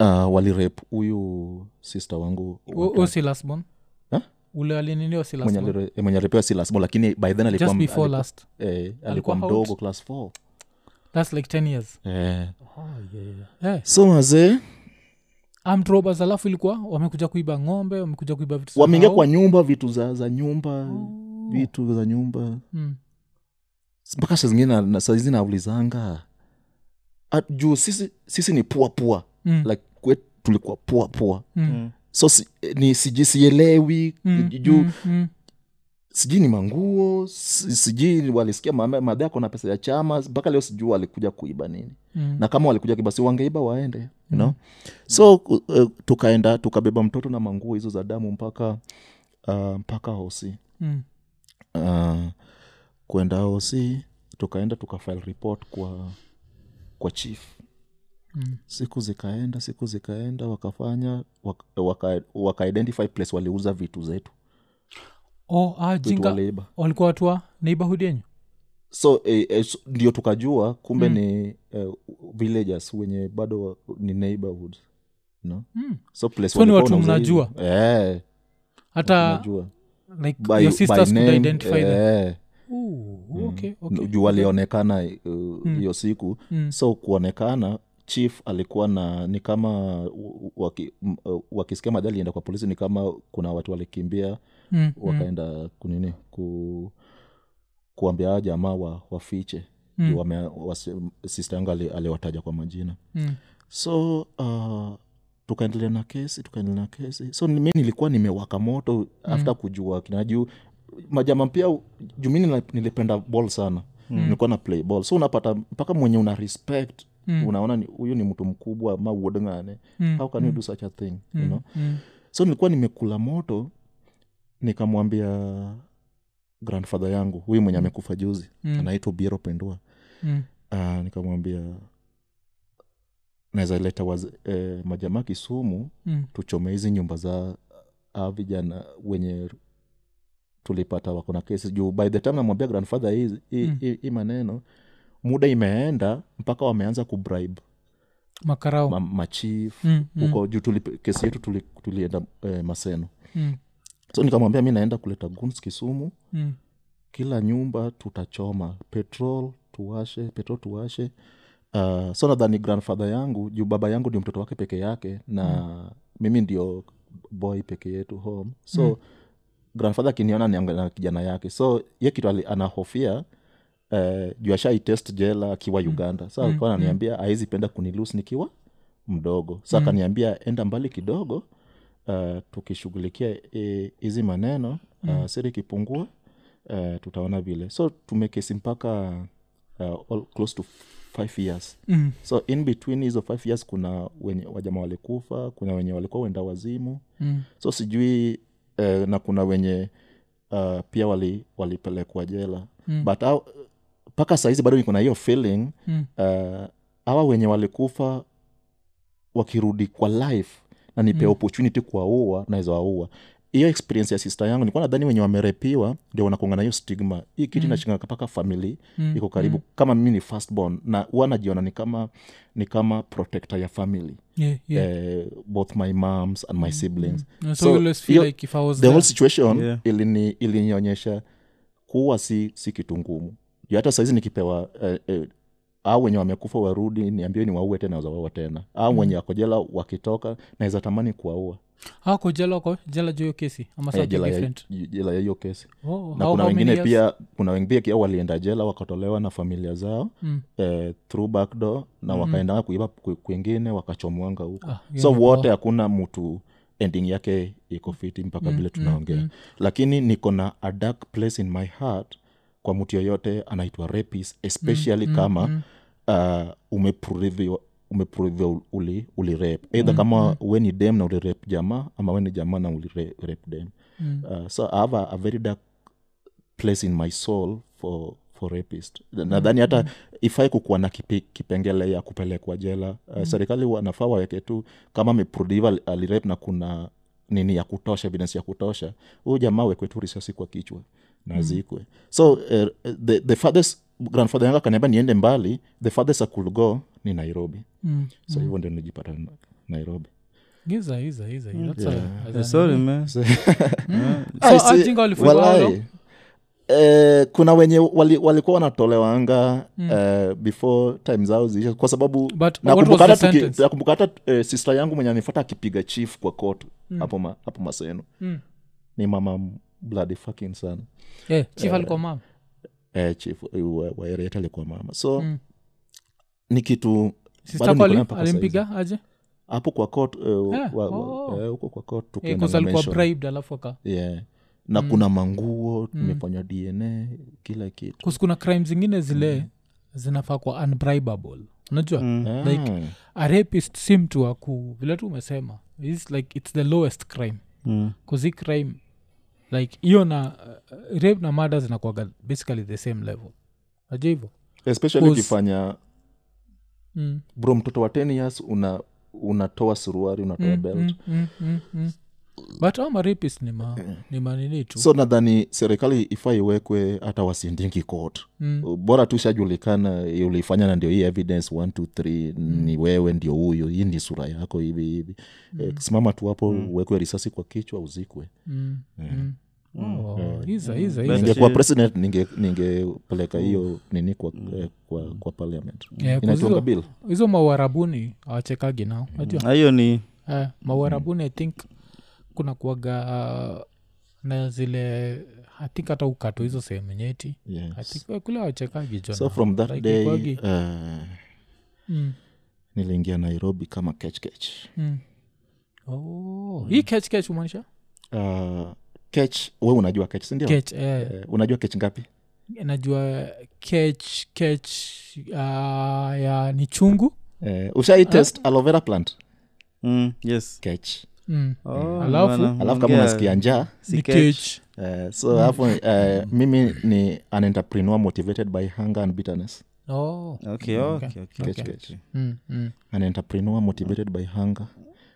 [SPEAKER 3] uh, walirep huyu sista wangu
[SPEAKER 1] U-
[SPEAKER 3] watatu.
[SPEAKER 1] u si lasbon
[SPEAKER 3] Huh?
[SPEAKER 1] ule alininiwa si
[SPEAKER 3] Mwenye
[SPEAKER 1] lasbon
[SPEAKER 3] alire- eh, mwenye alipewa si lasbo lakini by then alikuwa,
[SPEAKER 1] just
[SPEAKER 3] m-
[SPEAKER 1] before
[SPEAKER 3] alikuwa,
[SPEAKER 1] last
[SPEAKER 3] eh,
[SPEAKER 1] Alikuwa
[SPEAKER 3] alikuwa
[SPEAKER 1] how
[SPEAKER 3] mdogo
[SPEAKER 1] old?
[SPEAKER 3] class 4
[SPEAKER 1] thats like 10 years
[SPEAKER 3] eh.
[SPEAKER 1] eh.
[SPEAKER 3] so wazee
[SPEAKER 1] armed robbers alafu ilikuwa wamekuja kuiba ng'ombe wamekuja kuiba vitu za
[SPEAKER 3] wameingia
[SPEAKER 1] hao.
[SPEAKER 3] kwa nyumba vitu za, za nyumba
[SPEAKER 1] Oh.
[SPEAKER 3] vitu za nyumba
[SPEAKER 1] Mm.
[SPEAKER 3] mpaka saa zingine na- na- saa hizi naulizanga At- juu sisi, sisi ni pua pua
[SPEAKER 1] Mm.
[SPEAKER 3] like kwe, tulikuwa pua pua
[SPEAKER 1] Mm.
[SPEAKER 2] Mm.
[SPEAKER 3] so si, eh, ni siji sielewi
[SPEAKER 1] Mm.
[SPEAKER 3] juu
[SPEAKER 1] Mm. Mm.
[SPEAKER 3] sijui ni manguo si- sijui walisikia mama- madhe ako na pesa ya chama mpaka leo sijui walikuja kuiba nini
[SPEAKER 1] Mm.
[SPEAKER 3] na kama walikuja kibasi wangeiba waende you know? so uh, uh, tukaenda tukabeba mtoto na manguo hizo za damu mpaka uh, mpaka hosi
[SPEAKER 1] Mm.
[SPEAKER 3] uh, kwenda hosi tukaenda tukafile report kwa kwa chief
[SPEAKER 1] Mm.
[SPEAKER 3] siku zikaenda siku zikaenda wakafanya waka, waka, waka identify place waliuza vitu zetu
[SPEAKER 1] oh, ah,
[SPEAKER 3] vitu
[SPEAKER 1] jinga
[SPEAKER 3] waliiba
[SPEAKER 1] walikuwa watu wa neighborhood yenyu
[SPEAKER 3] so eh, eh, so, ndio tukajua kumbe
[SPEAKER 1] Mm.
[SPEAKER 3] mm. ni eh, villagers wenye bado wa- ni neighborhood no?
[SPEAKER 1] Mm.
[SPEAKER 3] so place
[SPEAKER 1] So ni
[SPEAKER 3] walikuwa
[SPEAKER 1] watu
[SPEAKER 3] wanauza
[SPEAKER 1] mnajua?
[SPEAKER 3] hizo. Eh,
[SPEAKER 1] hata
[SPEAKER 3] mnajua.
[SPEAKER 1] like
[SPEAKER 3] By-
[SPEAKER 1] your
[SPEAKER 3] by
[SPEAKER 1] sisters could
[SPEAKER 3] name,
[SPEAKER 1] identify them
[SPEAKER 3] eh,
[SPEAKER 1] Ooh, okay, okay.
[SPEAKER 3] juu walionekana eh, hiyo siku
[SPEAKER 1] Mm.
[SPEAKER 3] so kuonekana chief alikuwa na ni kama u- u- waki- m- uh, wakisikia madhali alienda kwa polisi ni kama kuna watu walikimbia
[SPEAKER 1] Mm, mm,
[SPEAKER 3] wakaenda kunini ku, kuambia hawa jamaa wa, wafiche
[SPEAKER 1] Mm.
[SPEAKER 3] Juu wame- wasi- sister yangu ali- aliwataja kwa majina
[SPEAKER 1] mm.
[SPEAKER 3] so uh, tukaendelea na kesi tukaendelea na kesi so ni- mi nilikuwa nimewaka moto mm. after kujua kinajuu majama pia jumini nila- nilipenda ball sana mm. nilikuwa na play ball so unapata mpaka mwenye una respect
[SPEAKER 1] Mm.
[SPEAKER 3] mm. unaona ni- huyu ni mtu mkubwa ma uodngane
[SPEAKER 1] Mm.
[SPEAKER 3] how can you do such a thing mm. you
[SPEAKER 1] Mm.
[SPEAKER 3] know?
[SPEAKER 1] Mm.
[SPEAKER 3] so nilikuwa nimekula moto nikamwambia grandfather yangu huyu mwenye amekufa juzi
[SPEAKER 1] Mm.
[SPEAKER 3] anaitwa biero pendua
[SPEAKER 1] Mm.
[SPEAKER 3] Ah, nikamwambia naweza leta waze- eh, majamaa kisumu
[SPEAKER 1] Mm.
[SPEAKER 3] tuchome hizi nyumba za a vijana wenye tulipata wako na kesi juu by the time namwambia grandfather hii hii-
[SPEAKER 1] Mm.
[SPEAKER 3] hii- hii maneno muda imeenda mpaka wameanza kubribe
[SPEAKER 1] makarao
[SPEAKER 3] ma, machief
[SPEAKER 1] Mm, mm,
[SPEAKER 3] huko juu tulip- kesi yetu tuli- tulienda eh, maseno
[SPEAKER 1] mm,
[SPEAKER 3] so nikamwambia mi naenda kuleta guns kisumu
[SPEAKER 1] mm,
[SPEAKER 3] kila nyumba tutachoma petrol tuwashe petrol tuwashe uh, so nadhani grandfather yangu juu baba yangu ndio mtoto wake peke yake na mm. mimi ndio boy peke yetu home so
[SPEAKER 1] Mm.
[SPEAKER 3] mm. grandfather akiniona ni na kijana yake so ye kitu ali- anahofia uh, juu ashaitest jela akiwa uganda sa alikuwa
[SPEAKER 1] Mm, mm.
[SPEAKER 3] ananiambia aezi penda kunilus nikiwa mdogo sa
[SPEAKER 1] Mm.
[SPEAKER 3] akaniambia enda mbali kidogo uh, tukishughulikia eh, hizi maneno uh,
[SPEAKER 1] Mm.
[SPEAKER 3] siri ikipungua uh, tutaona vile so tumekesi mpaka uh, all, close to five years
[SPEAKER 1] mm,
[SPEAKER 3] so in between hizo five years kuna wenye wajama walikufa kuna wenye walikuwa wenda wazimu
[SPEAKER 1] mm,
[SPEAKER 3] so sijui eh, na kuna wenye uh, pia wali- walipelekwa jela
[SPEAKER 1] Mm.
[SPEAKER 3] but hao- mpaka sahizi bado niko na hiyo feeling
[SPEAKER 1] mm.
[SPEAKER 3] uh, awa wenye walikufa wakirudi kwa life na nipe
[SPEAKER 1] Mm.
[SPEAKER 3] mm. opportunity kuwaua naweza waua hiyo experience ya sister yangu nilikuwa nadhani wenye wamerepiwa ndio wanakonga na hiyo stigma hii kitu
[SPEAKER 1] Mm.
[SPEAKER 3] inashinga mpaka famili
[SPEAKER 1] Mm,
[SPEAKER 3] iko karibu kama mimi ni firstborn na huwa najiona ni kama ni kama protector ya family
[SPEAKER 1] Yeah, yeah. Hmm.
[SPEAKER 3] eh, both my moms and my siblings
[SPEAKER 1] No, so
[SPEAKER 3] so,
[SPEAKER 1] you always feel
[SPEAKER 3] hiyo-
[SPEAKER 1] like if I was
[SPEAKER 3] the whole
[SPEAKER 1] there-
[SPEAKER 3] situation
[SPEAKER 2] Yeah.
[SPEAKER 3] yeah. ilini ilinionyesha kuwa si si kitu ngumu Ju hata sahizi nikipewa eh, eh, au wenye wamekufa
[SPEAKER 1] Mm.
[SPEAKER 3] warudi niambiwe ni waue tena wazawaua tena au wenye wako jela wakitoka naweza tamani kuwaua
[SPEAKER 1] ako Ah, jela ko jela juyo kesi ama
[SPEAKER 3] Eh,
[SPEAKER 1] something
[SPEAKER 3] jela ya-
[SPEAKER 1] different
[SPEAKER 3] jela ya hiyo kesi
[SPEAKER 1] oh,
[SPEAKER 3] na
[SPEAKER 1] how-
[SPEAKER 3] kuna
[SPEAKER 1] how many
[SPEAKER 3] wengine
[SPEAKER 1] years?
[SPEAKER 3] pia kuna wengine pia walienda jela wakatolewa na familia zao
[SPEAKER 1] Mm. Mm-hmm.
[SPEAKER 3] eh, through back door na wakaendanga kuiba ku- kwingine wakachomwanga huko
[SPEAKER 1] Ah, hiyo
[SPEAKER 3] so
[SPEAKER 1] ni
[SPEAKER 3] wote hakuna mtu ending yake iko fiti mpaka vile tunaongea lakini niko na a dark place in my heart kwa mtu yoyote anaitwa rapist especially kama uh, umepruriviwa umepruriviwa uli, uli rep either kama we ni dem na ulirep jamaa ama we ni jamaa na ulirep dem uh, so i have a, a very dark place in my soul for for rapist nadhani hata ifai kukuwa na kipi, kipengele ya kupelekwa jela uh, serikali wanafaa waweke tu kama ameprodiva alirep na kuna nini ya kutosha evidence ya kutosha huyu jamaa wekwe tu risasi kwa kichwa na azikwe so uh, the, the farthest grandfather yangu akaniambia niende mbali the farthest I could go ni nairobi
[SPEAKER 1] Mm.
[SPEAKER 3] so hivyo ndio nilijipata na- nairobi
[SPEAKER 1] Giza, giza, giza. That's a- as
[SPEAKER 2] Eh,
[SPEAKER 1] an-
[SPEAKER 2] sorry man
[SPEAKER 1] So,
[SPEAKER 3] Ah, see,
[SPEAKER 1] Ajinga walifungwa
[SPEAKER 3] walai.
[SPEAKER 1] hao?
[SPEAKER 3] Eh, kuna wenye wali- walikuwa wanatolewanga eh, before time zao ziisha kwa sababu
[SPEAKER 1] Hmm. But
[SPEAKER 3] nakumbuka
[SPEAKER 1] what was
[SPEAKER 3] hata
[SPEAKER 1] the
[SPEAKER 3] tuki-
[SPEAKER 1] sentence?
[SPEAKER 3] nakumbuka hata eh, sista yangu mwenye anifuata akipiga chief kwa kot
[SPEAKER 1] Hmm.
[SPEAKER 3] hapo ma, hapo maseno
[SPEAKER 1] Mm.
[SPEAKER 3] ni mama bloody fucking sana
[SPEAKER 1] Eh, chief alikuwa mama
[SPEAKER 3] eh, chief waeriet alikuwa mama so ni kitu
[SPEAKER 1] Hmm. Sister
[SPEAKER 3] bado niko
[SPEAKER 1] kwa ali-
[SPEAKER 3] nayo mpaka saizi.
[SPEAKER 1] alimpiga aje
[SPEAKER 3] hapo kwa kot eh,
[SPEAKER 1] Eh,
[SPEAKER 3] wa-
[SPEAKER 1] oh.
[SPEAKER 3] wa- eh, huko kwa kot
[SPEAKER 1] Eh,
[SPEAKER 3] tukienda na
[SPEAKER 1] 'cause alikuwa
[SPEAKER 3] mention.
[SPEAKER 1] bribed alafu aka
[SPEAKER 3] yeah. na
[SPEAKER 1] Mm.
[SPEAKER 3] kuna manguo tumefanywa dna kila kitu
[SPEAKER 1] Cause kuna crime zingine zile zinafaa kwa unbribable unajua like,
[SPEAKER 3] Ah.
[SPEAKER 1] a rapist si mtu wa ku vile tu umesema is like its the lowest crime
[SPEAKER 2] Mm.
[SPEAKER 1] kuzi crime like hiyo na uh, rape na mada zinakuaga basically the same level najua hivo
[SPEAKER 3] especially
[SPEAKER 1] Cause-
[SPEAKER 3] ukifanya
[SPEAKER 1] Mm,
[SPEAKER 3] bro mtoto wa 10 years una unatoa suruari unatoa
[SPEAKER 1] mm,
[SPEAKER 3] belt
[SPEAKER 1] mm, mm, mm, mm. but ama rapist ni, ma, ni manini tu
[SPEAKER 3] so nadhani serikali ifaa iwekwe hata wasindingi court
[SPEAKER 1] Mm.
[SPEAKER 3] bora tu shajulikana ulifanya na ndio hii evidence 1 2 3
[SPEAKER 1] Mm.
[SPEAKER 3] ni wewe ndio huyo hii ni sura yako hivi hivi Eh, simama tu hapo uwekwe risasi kwa kichwa uzikwe
[SPEAKER 1] Mm, mm. Oh, hizo, hizo, hizo.
[SPEAKER 2] Basi-
[SPEAKER 3] ningekuwa president ninge- ningepeleka hiyo nini kwa, eh, kwa, kwa parliament
[SPEAKER 1] Yeah,
[SPEAKER 3] inaitwanga
[SPEAKER 1] kuzizo-
[SPEAKER 3] bill
[SPEAKER 1] hizo mauarabuni awachekagi nao najua
[SPEAKER 2] Ah, hiyo ni
[SPEAKER 1] eh,
[SPEAKER 3] Mm-hmm.
[SPEAKER 1] mauarabuni i think kuna kuaga uh, na zile i think hata ukato hizo sehemu nyeti I
[SPEAKER 3] yes.
[SPEAKER 1] think, eh, kule awachekagi jo
[SPEAKER 3] so
[SPEAKER 1] na-
[SPEAKER 3] from that
[SPEAKER 1] like
[SPEAKER 3] day
[SPEAKER 1] ikwagi-
[SPEAKER 3] uh,
[SPEAKER 1] Mm.
[SPEAKER 3] niliingia nairobi kama kechkech
[SPEAKER 1] Mm. Oh, hii catch catch umaanisha
[SPEAKER 3] uh, kech we unajua kech sindio
[SPEAKER 1] catch eh,
[SPEAKER 3] Eh, unajua kech ngapi
[SPEAKER 1] najua catch catch uh, ya ni chungu
[SPEAKER 3] eh,
[SPEAKER 1] Ah.
[SPEAKER 3] ushaitest aloe vera plant
[SPEAKER 2] mm, yes
[SPEAKER 3] kech
[SPEAKER 1] mm.
[SPEAKER 2] Oh,
[SPEAKER 1] Alafu?
[SPEAKER 2] bwana,
[SPEAKER 3] alafu kama
[SPEAKER 2] ongea.
[SPEAKER 3] unasikia njaa
[SPEAKER 2] Si
[SPEAKER 1] ni
[SPEAKER 2] catch.
[SPEAKER 1] catch
[SPEAKER 3] eh,
[SPEAKER 1] Mm.
[SPEAKER 3] so hapo eh, mimi ni an entrepreneur motivated by hunger and bitterness
[SPEAKER 1] oh.
[SPEAKER 2] Okay, okay, okay,
[SPEAKER 3] Catch,
[SPEAKER 2] okay.
[SPEAKER 3] catch.
[SPEAKER 1] mm, mm.
[SPEAKER 3] an entrepreneur motivated by hunger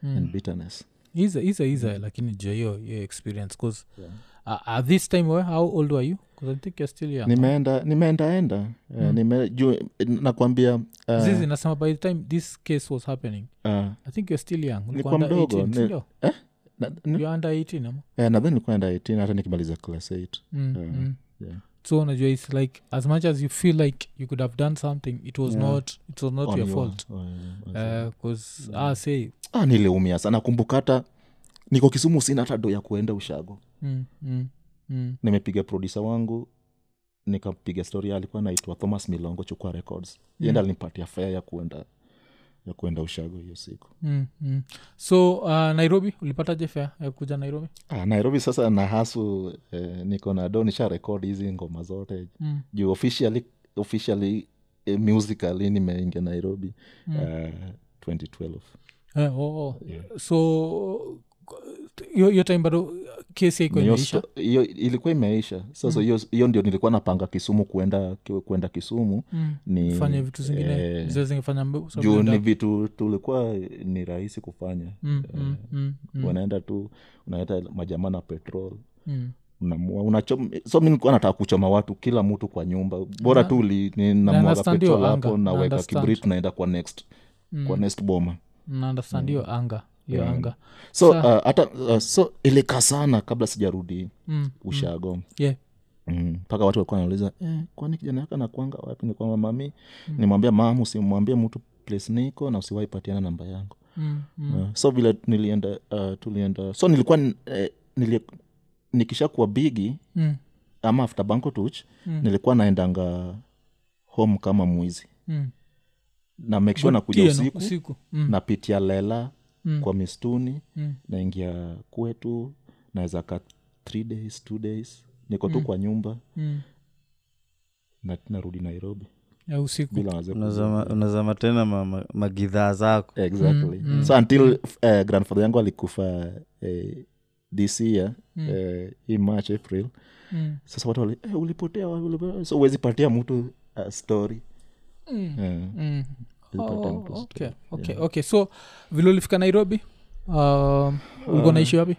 [SPEAKER 3] and Mm. bitterness
[SPEAKER 1] iza iza iza lakini jo hiyo hiyo experience bcause yeah. uh, at this time we how old were you 'Cause i think you're still young
[SPEAKER 3] nimeenda nimeendaenda eh, nime, ju, nakwambia uh,
[SPEAKER 1] Hmm. zizi nasema by the time this case was happening
[SPEAKER 3] uh,
[SPEAKER 1] i think you're still young Ulikuwa
[SPEAKER 3] Nilikuwa
[SPEAKER 1] under
[SPEAKER 3] mdogo,
[SPEAKER 1] 18,
[SPEAKER 3] ni-
[SPEAKER 1] sindio?
[SPEAKER 3] eh? na- n-
[SPEAKER 1] You're under 18 ama
[SPEAKER 3] eh, nadhani nilikuwa enda 18 hata nikimaliza class 8
[SPEAKER 1] mm, mm.
[SPEAKER 3] yeah.
[SPEAKER 1] so unajua its like as much as you feel like you could have done something it was not it was not
[SPEAKER 3] On
[SPEAKER 1] your
[SPEAKER 3] your-
[SPEAKER 1] fault
[SPEAKER 3] on-
[SPEAKER 1] because uh, say
[SPEAKER 3] eh. ah, niliumia sana kumbuka hata niko kisumu sina hata do ya kuenda ushago
[SPEAKER 1] mm, mm, mm,
[SPEAKER 3] nimepiga produsa wangu nikapiga story alikuwa naitwa thomas milongo chukua records
[SPEAKER 1] Hmm.
[SPEAKER 3] yenda alinipatia fea ya kuenda ya kuenda ushago hiyo siku
[SPEAKER 1] mm, mm. so uh, nairobi ulipataje fea ya kuja nairobi
[SPEAKER 3] ah, nairobi sasa nahasu eh, niko na do nisha rekod hizi ngoma zote
[SPEAKER 1] Mm.
[SPEAKER 3] juu officially, officially eh, musically nimeingia nairobi
[SPEAKER 1] Hmm.
[SPEAKER 3] mm. uh, 2012
[SPEAKER 1] eh, oh, oh. so hiyo hiyo time bado kesi haikuwa
[SPEAKER 3] Hiyo
[SPEAKER 1] imeisha Hmm.
[SPEAKER 3] sto- hiyo ilikuwa imeisha sasa hiyo hiyo ndio nilikuwa napanga kisumu kuenda kuenda kisumu
[SPEAKER 1] Mm.
[SPEAKER 3] ni
[SPEAKER 1] fanya vitu zingine
[SPEAKER 3] eh,
[SPEAKER 1] zile zingefanya mbe- sababu
[SPEAKER 3] juu
[SPEAKER 1] ya
[SPEAKER 3] ni
[SPEAKER 1] damu.
[SPEAKER 3] vitu tulikuwa eh, ni rahisi kufanya
[SPEAKER 1] Mm, mm, mm, mm,
[SPEAKER 3] unaenda tu unaeta majamaa na petrol
[SPEAKER 1] mm.
[SPEAKER 3] unamua unachom so mi nilikuwa nataka kuchoma watu kila mtu kwa nyumba bora tu li-
[SPEAKER 1] na
[SPEAKER 3] ni- namwaga
[SPEAKER 1] understand hiyo
[SPEAKER 3] petrol
[SPEAKER 1] anga,
[SPEAKER 3] hapo
[SPEAKER 1] na
[SPEAKER 3] naweka
[SPEAKER 1] understand. Hmm.
[SPEAKER 3] kibrit naenda kwa next kwa next boma
[SPEAKER 1] Na understand
[SPEAKER 3] Mm.
[SPEAKER 1] hiyo anga hiyo anga
[SPEAKER 3] so uh, hata uh, so ilikaa sana kabla sijarudi
[SPEAKER 1] Mm,
[SPEAKER 3] ushago
[SPEAKER 1] yeah. Mm.
[SPEAKER 3] Mm. mpaka watu walikuwa wanauliza eh, kwani kijana yako anakwanga wapi ni kwamba mami mm. nimwambia mam usimwambie mtu place niko na usiwai patiana namba yangu
[SPEAKER 1] mm, mm.
[SPEAKER 3] Uh, so vile nilienda uh, tulienda so nilikuwa n- eh, nili, nikisha kuwa bigi
[SPEAKER 1] Mm,
[SPEAKER 3] ama after bankotuch
[SPEAKER 1] Mm.
[SPEAKER 3] mm. nilikuwa naendanga home kama mwizi
[SPEAKER 1] mm.
[SPEAKER 3] na make sure nakuja
[SPEAKER 1] Tieno,
[SPEAKER 3] usiku
[SPEAKER 1] usiku. Mm,
[SPEAKER 3] napitia lela
[SPEAKER 1] Mm.
[SPEAKER 3] mm. kwa mistuni
[SPEAKER 1] Mm.
[SPEAKER 3] mm. naingia kwetu naweza ka three days two days niko tu
[SPEAKER 1] Mm.
[SPEAKER 3] mm. kwa nyumba
[SPEAKER 1] mm.
[SPEAKER 3] na narudi nairobi
[SPEAKER 1] Ya usiku
[SPEAKER 3] bila wazee kujua.
[SPEAKER 2] unazama unazama tena ma- ma- magidhaa zako
[SPEAKER 3] exactly
[SPEAKER 1] Mm, mm.
[SPEAKER 3] so until uh, grandfather yangu alikufa uh, this year
[SPEAKER 1] Mm.
[SPEAKER 3] mm. uh, in march april
[SPEAKER 1] Mm.
[SPEAKER 3] sasa watu wali eh, ulipotea wapi, ulipotea?" so huwezi patia mtu uh, story
[SPEAKER 1] Mm.
[SPEAKER 3] Eh,
[SPEAKER 1] Mm.
[SPEAKER 3] huwezi patia
[SPEAKER 1] Oh,
[SPEAKER 3] mtu story. Uh,
[SPEAKER 1] okay, okay, okay. so vile ulifika nairobi um, uh, ulikuwa naishi wapi